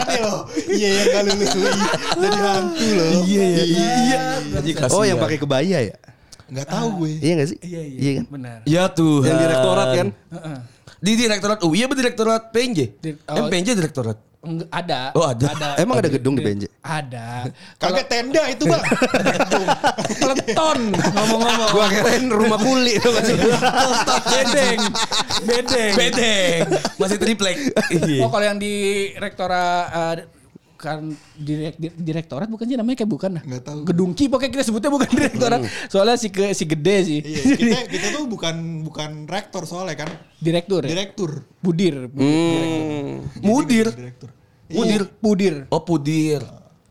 Ada loh. Iya yang gak lulus UI. Jadi hantu loh. Iya iya iya. Oh, yang pakai kebaya ya? Gak tahu gue. Iya enggak sih? Iya, iya. kan? Benar. Ya Tuhan. Yang direktorat kan? Heeh. Di direktorat UI apa direktorat PNJ? Di- Em oh. PNJ direktorat. Enggak, ada. Oh, ada. Emang ada gedung di PNJ? Ada. Kagak tenda itu bang. Peleton ngomong-ngomong. Gua kirain rumah kuli itu Iya. kan. Bedeng. Bedeng. Bedeng. Masih triplek. Oh kalau yang di rektora eh, kan direk, di- direktorat bukan sih namanya kayak bukan nah. Nggak tahu. Gedung Ki pokoknya kita sebutnya bukan direktorat. Soalnya si ke, si gede sih. Iya, kita kita tuh bukan bukan rektor soalnya kan. Direktur. ya? Direktur. Budir. Budir. Hmm. Mudir. Direktur. Mudir. Budir. Oh pudir.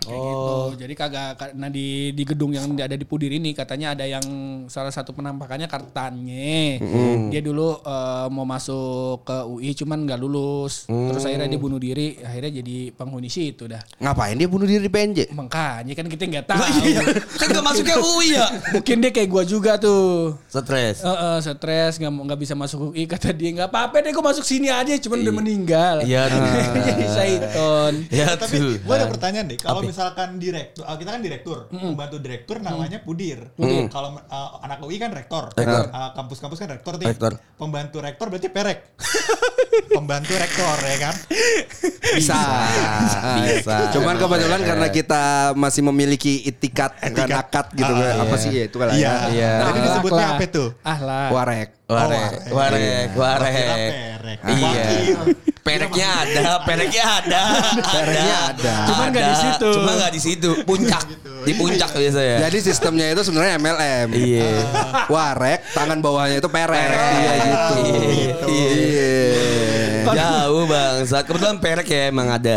Kayak gitu. Jadi kagak karena di di gedung yang ada di Pudir ini katanya ada yang salah satu penampakannya kartannya. Dia dulu eh, mau masuk ke UI cuman nggak lulus. Mm. Terus akhirnya dia bunuh diri, akhirnya jadi penghuni situ dah. Ngapain dia bunuh diri di PNJ? Makanya kan kita nggak tahu. Kan gak masuknya UI ya. Mungkin dia kayak gua juga tuh. Stres. Eh, eh, stres nggak mau- nggak bisa masuk UI kata dia nggak apa-apa deh gue masuk sini aja cuman udah meninggal Iya, Tuhan. jadi syaiton Ya tapi tuh. gue ada pertanyaan deh kalau misalkan direktur ah, kita kan direktur pembantu direktur namanya pudir kalau ah, anak UI kan rektor Rektor. Ah, kampus-kampus kan rektor nih Rektor. pembantu rektor berarti perek pembantu rektor ya kan Bisa. Bisa. Cuman kebetulan karena kita masih memiliki itikat bukan akad gitu kan. Apa sih ya itu lah iya ya. Iya. tadi Ahlak disebutnya Ah lah. apa tuh ahlak Warek. Warek, Oh, warek, Kira warek. perek Iya. Wakil. Pereknya ada, pereknya ada. Pereknya ada. Cuman nggak di situ. Cuma nggak di situ, puncak. Di puncak biasanya. Jadi sistemnya itu sebenarnya MLM. Iya. Ah. Warek, tangan bawahnya itu perek. Iya gitu. Iya, iya. Iya. Jauh bangsat. Kebetulan perek ya emang ada.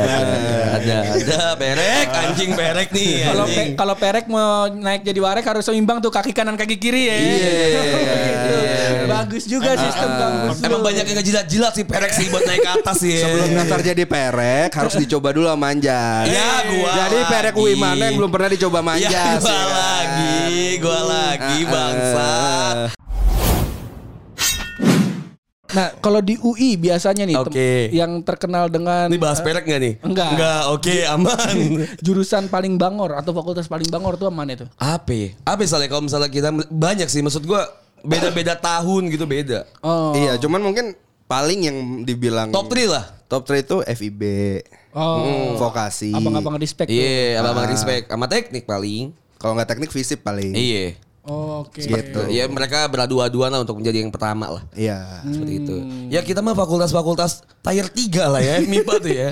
Ada, ada perek, anjing perek nih. kalau anjing. pe- kalau perek mau naik jadi warek harus seimbang tuh kaki kanan kaki kiri ya Iya. Gitu. Iya. bagus juga sistem kampus Emang lu. banyak yang ngejilat-jilat sih perek sih buat naik ke atas ya. Sebelum daftar jadi perek harus dicoba dulu sama Anjas. Ya, gua Jadi perek lagi. UI mana yang belum pernah dicoba sama Ya, Anjas, gua ya kan? lagi, gua lagi Ah, ah. bangsat. nah kalau di UI biasanya nih tem- Oke. yang terkenal dengan Ini bahas perek gak nih? Enggak. Iya. Enggak, oke aman. jurusan paling bangor atau fakultas paling bangor tuh mana itu Apa ya? Apa ya, soalnya kalau misalnya kita banyak sih maksud gua beda-beda tahun gitu beda. oh Iya, cuman mungkin paling yang dibilang Top 3 lah. Top 3 itu FIB. Oh. Hmm, vokasi. abang-abang respect tuh. Iya, Ah. abang respect sama teknik paling. Kalau nggak teknik fisip paling. Iya. Oh, oke Gitu. Ya mereka beradu-aduan lah untuk menjadi yang pertama lah. Iya. Seperti itu. Hmm. Ya kita mah fakultas-fakultas tier 3 lah ya, MIPA tuh ya.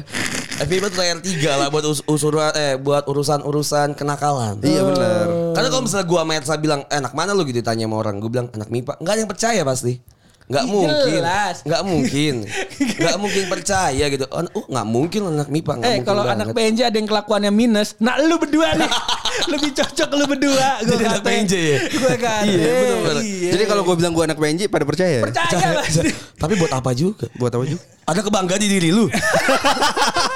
MIPA tuh tier 3 lah buat us- usuran eh buat urusan-urusan kenakalan. Iya benar. Karena kalau misalnya gua sama Ersa bilang, eh, anak mana lu gitu tanya sama orang. Gue bilang, anak MIPA. Nggak ada yang percaya pasti. Nggak Ih, mungkin. jelas. Nggak mungkin. Nggak mungkin percaya gitu. Oh, oh, nggak mungkin anak MIPA. Nggak Eh mungkin kalau banget. anak PNJ ada yang kelakuannya minus, nah lu berdua nih lebih cocok lu berdua. Gue Jadi anak PNJ ya? Gue kata. Iya, bener-bener. Jadi kalau gue bilang gue anak PNJ pada percaya. percaya pasti. Tapi buat apa juga? Buat apa juga? Ada kebanggaan di diri lu.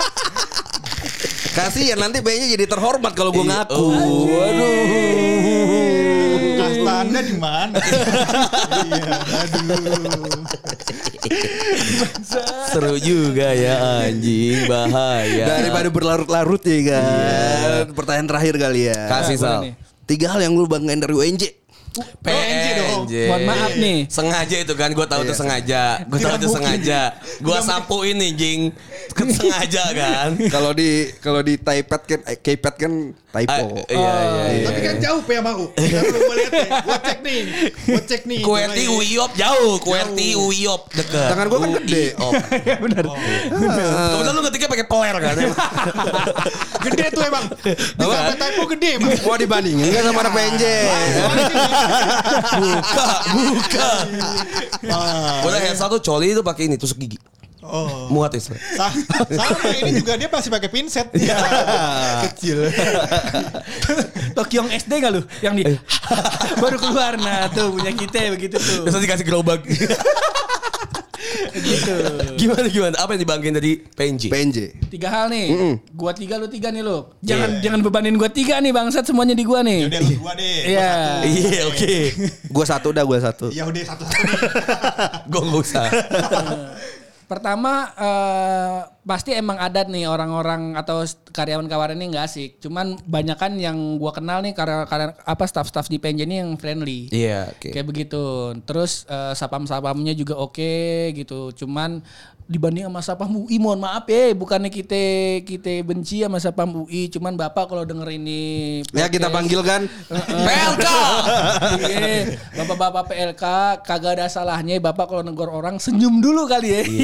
Kasih ya nanti PNJ jadi terhormat kalau Iya. gue ngaku. Oh, kasta anda di mana iya aduh Seru juga ya anjing. Bahaya. Daripada berlarut-larut ya kan. Pertanyaan terakhir kali ya. Kasih Boleh sal. nih. Tiga hal yang lu banggain dari UNJ. Oh, PNJ dong. Mohon maaf nih. Sengaja itu kan gue tahu Iya. itu sengaja. Gue tahu itu sengaja. Gue sapu ini jing. Sengaja kan. Kalau di kalau di Taipet kan eh, Kpad kan Ah, typo. Iya iya Oh. iya. tapi kan jauh P sama U Kita belum lihat deh gue cek nih gue cek gitu nih QWERTY UIOP jauh. QWERTY UIOP dekat. Tangan gua kan gede. Ah. Oh. Iya, Kebetulan lu ketika pakai peler kan. gede tuh emang bisa typo gede emang Mau dibandingin nggak sama anak PNJ? buka buka. Ah. Udah yang satu coli itu pakai ini tusuk gigi. Oh. Muat ya. Sel. Sa- sama ini juga dia masih pakai pinset. Ya. Iya. Kecil. Tokyong SD gak lu? Yang di baru keluar nah tuh punya kita begitu tuh. Terus dikasih gerobak. Gitu. gimana gimana? Apa yang dibanggain dari PNJ? PNJ. Tiga hal nih. Gua tiga lu tiga nih lu. Jangan jangan bebanin gua tiga nih bangsat semuanya di gua nih. Udah lu dua deh. gua Iya. satu. Iya oke. Gue satu dah gue satu. Ya udah satu-satu. nih. Gue nggak usah. Pertama eh, pasti emang ada nih orang-orang atau st- karyawan-karyawan ini nggak asik. Cuman banyakan yang gua kenal nih karena karena apa staff-staff di PNJ ini yang friendly. Iya oke. Kayak begitu. Terus eh, sapam-sapamnya juga oke gitu. Cuman dibanding sama sapam UI mohon maaf ya, bukannya kita kita benci sama sapam UI, cuman Bapak kalau denger ini Ya gitu. kita panggil kan. PLK. Iya, bapak-bapak PLK kagak ada salahnya bapak kalau negor orang senyum dulu kali ya.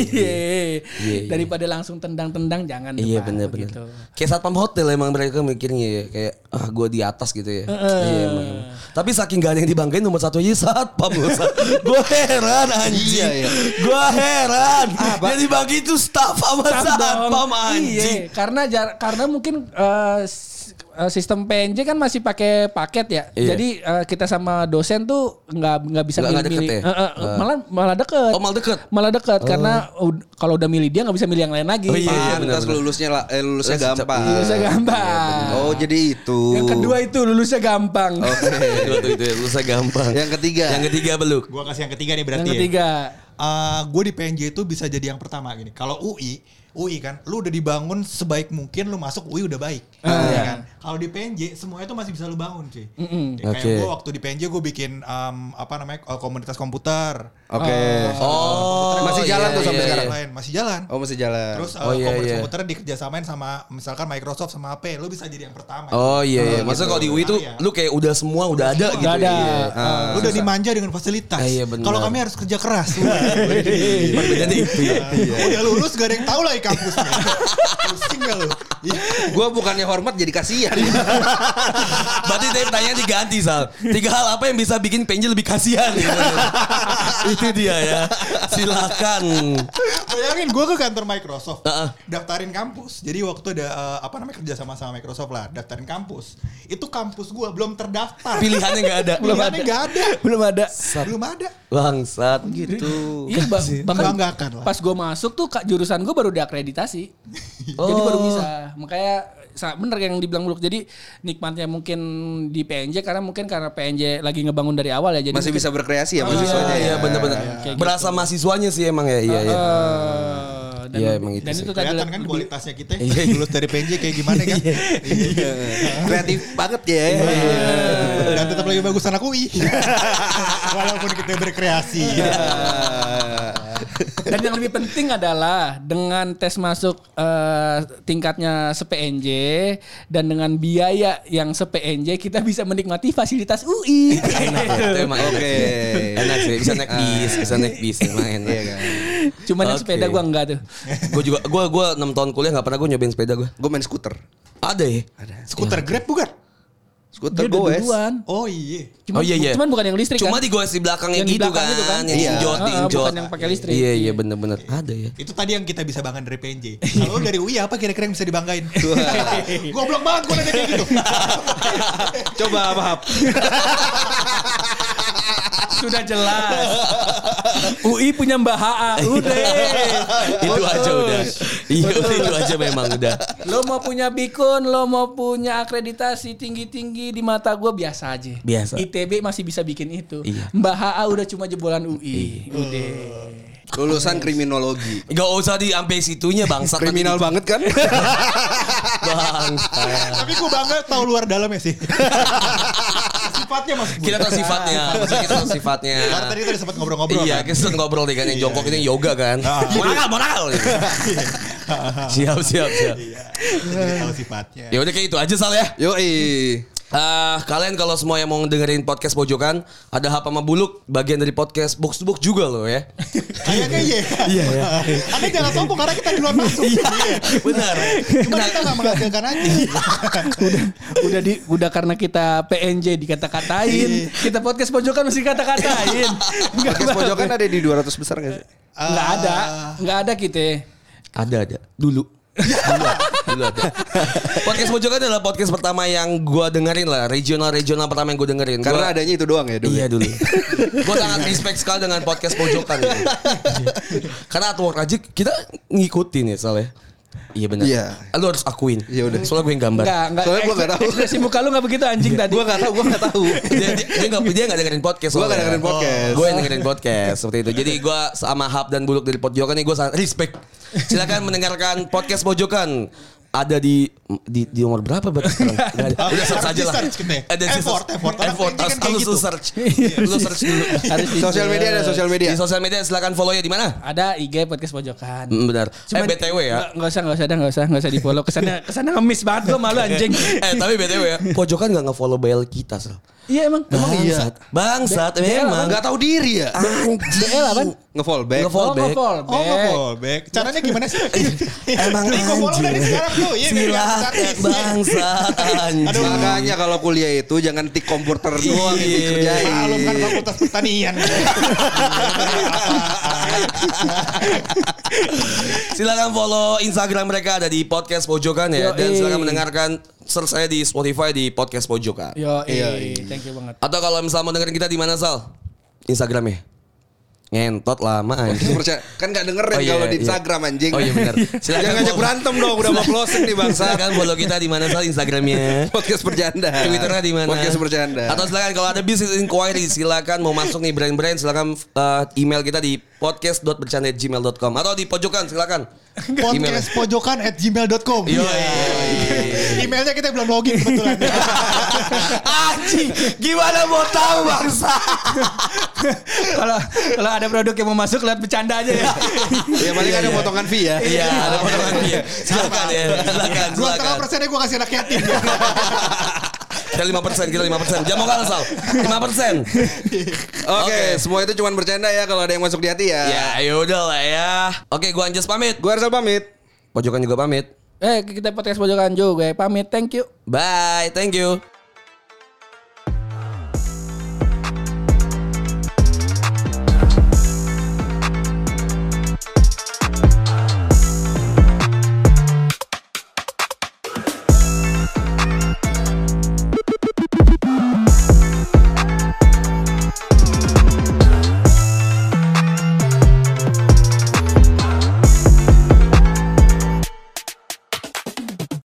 iya. Daripada langsung tendang-tendang jangan. gitu. Iya Pak, benar-benar. begitu. Kayak satpam hotel emang mereka mikirnya ya kayak ah gue di atas gitu ya. Iya emang. emang. Tapi saking gak ada yang dibanggain nomor satu aja satpam Gue heran anjing. Iya, iya. Gue heran. Yang dibagi itu staff sama Tetap dong. satpam Iya, anjing. karena jar- karena mungkin eh, s- eh, sistem PNJ kan masih pakai paket ya. Iya. Jadi eh, kita sama dosen tuh nggak nggak bisa Nggak- nggak milih-milih. deket ya? Eh, eh, malah malah deket. Oh, malah deket? Malah deket karena ud- kalau udah milih dia nggak bisa milih yang lain lagi. Oh, iya, iya. Pantas benar-benar. lulusnya la- eh, lulusnya Lulus- gampang. Lulusnya gampang. Oh, jadi itu. Yang kedua itu lulusnya gampang. Oh, Oke. Itu itu ya, lulusnya gampang. Yang ketiga. Yang ketiga beluk. Gua kasih yang ketiga nih berarti. iya. yang ya. ketiga. Eh, gue di PNJ itu bisa jadi yang pertama gini. Kalau UI, UI kan, lu udah dibangun sebaik mungkin, lu masuk UI udah baik, Iya kan. Kalau di PNJ semuanya tuh masih bisa lu bangun cuy. Ya, Kayak Oke. gue waktu di PNJ gue bikin em, apa namanya eh, komunitas komputer. Oke. Oh, Masih jalan iya, tuh sampai iya, sekarang? iya. Lain masih jalan. Oh, masih jalan. Terus eh, Oh, iya, komunitas iya. komputer dikerjasamain sama misalkan Microsoft sama HP, lu bisa jadi yang pertama. Oh iya, iya. Oh, Maksudnya gitu. kalau di UI tuh Iya. lu kayak udah semua udah ada gitu. Udah ada. Iya. Lu udah dimanja dengan fasilitas. Eh, iya, benar. Iya, Kalau kami harus kerja keras. Perbedaannya itu ya. Udah lulus gak ada yang tahu lah di kampusnya. Pusing gak lu? Iya. Gue bukannya hormat jadi kasihan. Berarti tadi pertanyaan diganti Sal. Tiga hal apa yang bisa bikin penji lebih kasihan? Gitu. Itu dia ya. Silakan. Bayangin gue ke kantor Microsoft, Heeh. daftarin kampus. Jadi waktu ada eh, apa namanya kerja sama sama Microsoft lah, daftarin kampus. Itu kampus gue belum terdaftar. Pilihannya nggak ada. belum ada. Gak ada. Belum ada. Belum ada. Bangsat gitu. Iya, ba- bahkan Membanggakan lah. pas gue masuk tuh kak, jurusan gue baru diakreditasi, jadi Oh. baru bisa. Makanya sa- bener yang dibilang Buluk. Jadi nikmatnya mungkin di PNJ karena mungkin karena PNJ lagi ngebangun dari awal ya. Jadi Masih bisa berkreasi ya Iya, mahasiswanya. iya ya. bener-bener. Kayak gitu. Ah, Berasa mahasiswanya sih emang ya. Iya, iya. Eh, dan, Iya, emang itu dan sih. itu tadi Kelihatan kan lebih- kualitasnya kita Iya. lulus dari PNJ kayak gimana kan? Iya. Kreatif banget ya. Iya, Dan tetap lagi bagus anak UI. Walaupun kita berkreasi. Ah. Dan yang lebih penting adalah dengan tes masuk eh, tingkatnya se-PNJ dan dengan biaya yang se-PNJ kita bisa menikmati fasilitas UI. Enak ya. Itu emang enak. Oke. Enak sih. Bisa Ah. naik bis. Bisa naik bis. Emang enak. Iya kan. Cuman yang Oke. sepeda gua enggak tuh. Gue juga. Gue gua 6 tahun kuliah nggak pernah gue nyobain sepeda gue. Gue main skuter. Ada ya? Skuter Grab bukan? Skuter Dia udah gue. duluan. Oh iya. Cuman, Oh, iya, iya. cuman bukan yang listrik Cuma kan? di goes di belakangnya Yang di gitu belakang kan. itu kan? Yang Iya. injot, Ah, ah, injot. bukan yang pakai listrik. Iya, iya bener-bener. Ada ya. Itu tadi yang kita bisa banggain dari PNJ. Kalau lu dari UI apa kira-kira yang bisa dibanggain? Goblok banget gue nanya kayak gitu. Coba apa? Hap? Sudah jelas. UI punya Mbak Haa. Iya. Udah. itu aja udah. Iya, udah itu aja memang udah. Lo mau punya bikun, lo mau punya akreditasi tinggi-tinggi di mata gua biasa aja. Biasa. ITB masih bisa bikin itu. Iya. Mbak Haa udah cuma jebolan Iya. UI. Udah. Lulusan kriminologi. Gak usah di sampai situnya bangsat tadi. Kriminal banget kan? Bangsat. Tapi gue bangga tahu luar dalamnya sih. Sifatnya maksud gue. Kita tahu sifatnya, maksudnya kita tahu sifatnya. Karena tadi tadi sempat ngobrol-ngobrol. iya, kan? kita sering ngobrol deh kan yang jongkok iya. itu yang yoga kan. Ah. Mau nakal, mau nakal. gitu. siap, siap, siap. Iya. Jadi tahu sifatnya. Ya udah kayak itu aja Sal ya. Yoi. Ah, kalian kalau semua yang mau dengerin podcast pojokan ada Hap sama Buluk bagian dari podcast box to box juga loh ya. Kayaknya iya. Iya. Anda jangan sombong karena kita duluan masuk. Iya. Benar. Cuma kita Iya. nggak menghasilkan aja. udah di udah karena kita PNJ dikata-katain, kita podcast pojokan masih kata-katain. Iya. Enggak Podcast pojokan Ah. ada di 200 besar gak sih? Enggak ada, enggak ada kita. Ada ada. Dulu. Dulu, dulu ada. Podcast Pojokan adalah podcast pertama yang gua dengerin lah, regional-regional pertama yang gua dengerin. Gua- Karena adanya itu doang ya dulu. Iya dulu. gua sangat respect sekali dengan podcast Pojokan gitu. Karena artwork aja kita ngikutin ya soalnya. Iya benar. Iya. Lu harus akuin. Iya udah. Soalnya gue yang gambar. Enggak, enggak. Soalnya gua nggak tahu. Iya. Ekspresi muka lu enggak begitu anjing tadi. Gue gak tau, gue gak tau. dia dia dia nggak dia nggak dengerin podcast Gua nggak soalnya. dengerin podcast. gue yang dengerin podcast seperti itu jadi gue sama Hap dan Buluk dari Pojokan ini gue sangat respect silakan mendengarkan podcast Pojokan ada di di, di nomor berapa Bat? sekarang? Nggak ada. Udah search aja lah. Di-search kita ya. Ada di- Effort, effort. Anak effort. Harus pendidikan kayak harus lu gitu. search. Lu search dulu. Harus di- Sosial media ada sosial Di media. Iya, sosial media silakan follow ya di mana? Ada IG podcast pojokan. Mm, Benar. Eh Cuman- BTW ya. Nggak- Nggak usah, nggak usah, dah, nggak usah, nggak usah di follow. Kesannya, kesannya ngemis banget gue malu anjing. Eh tapi BTW ya, Pojokan nggak nge-follow BL kita, Sal. iya emang. Nah, Emang iya. Bangsat. Bangsat BL memang. Gak tau diri ya? BL apaan? Nge-fall back. Nge-fall Oh, back. nge-fall Oh, back. ngebobek. Caranya gimana sih? Emang Nih, gua follow dari anjing. sekarang tuh. Iya, dari Silakan artis. bangsat anjing. Makanya kalau kuliah itu jangan tik komputer doang yang Iya. dikerjain. Malum kan fakultas pertanian. Silakan follow Instagram mereka ada di podcast pojokan ya Yoi. dan silakan mendengarkan search saya di Spotify di podcast pojokan. Iya. Yo, eh, iya. thank you banget. Atau kalau misalnya mau dengerin kita di mana Sal? Instagramnya. Ngentot lama anjing. Percaya. Kan gak dengerin Oh, iya, kalau di iya. Instagram anjing. Oh iya benar. Silakan Jangan ngajak follow- berantem dong. Udah mau closing nih bangsa. Silakan follow kita di mana Sal Instagramnya. Podcast bercanda. Twitternya di mana? Podcast bercanda. Atau silakan kalau ada business inquiry silakan mau masuk nih brand-brand silakan eh, email kita di podcast.bercanda@gmail.com atau di pojokan silakan. Podcast pojokan at gmail.com Yo. Iya. iya, Emailnya kita belum login kebetulan Anjing, gimana mau tahu bangsa? Kalau kalau ada produk yang mau masuk lihat bercanda aja ya. ya paling ada potongan fee ya. Iya, ada potongan dia. Silakan ya, silakan, Dua setengah silakan. persennya gue kasih anak yatim Kita lima persen, kita lima persen. Jangan mau kalah sal, lima persen. Oke, semua itu cuma bercanda ya kalau ada yang masuk di hati ya. Ya, yaudah lah ya. Oke, gua Anjas pamit. Gue Arsal pamit. Pojokan juga pamit. eh, kita podcast pojokan juga. Pamit, thank you. Bye, thank you.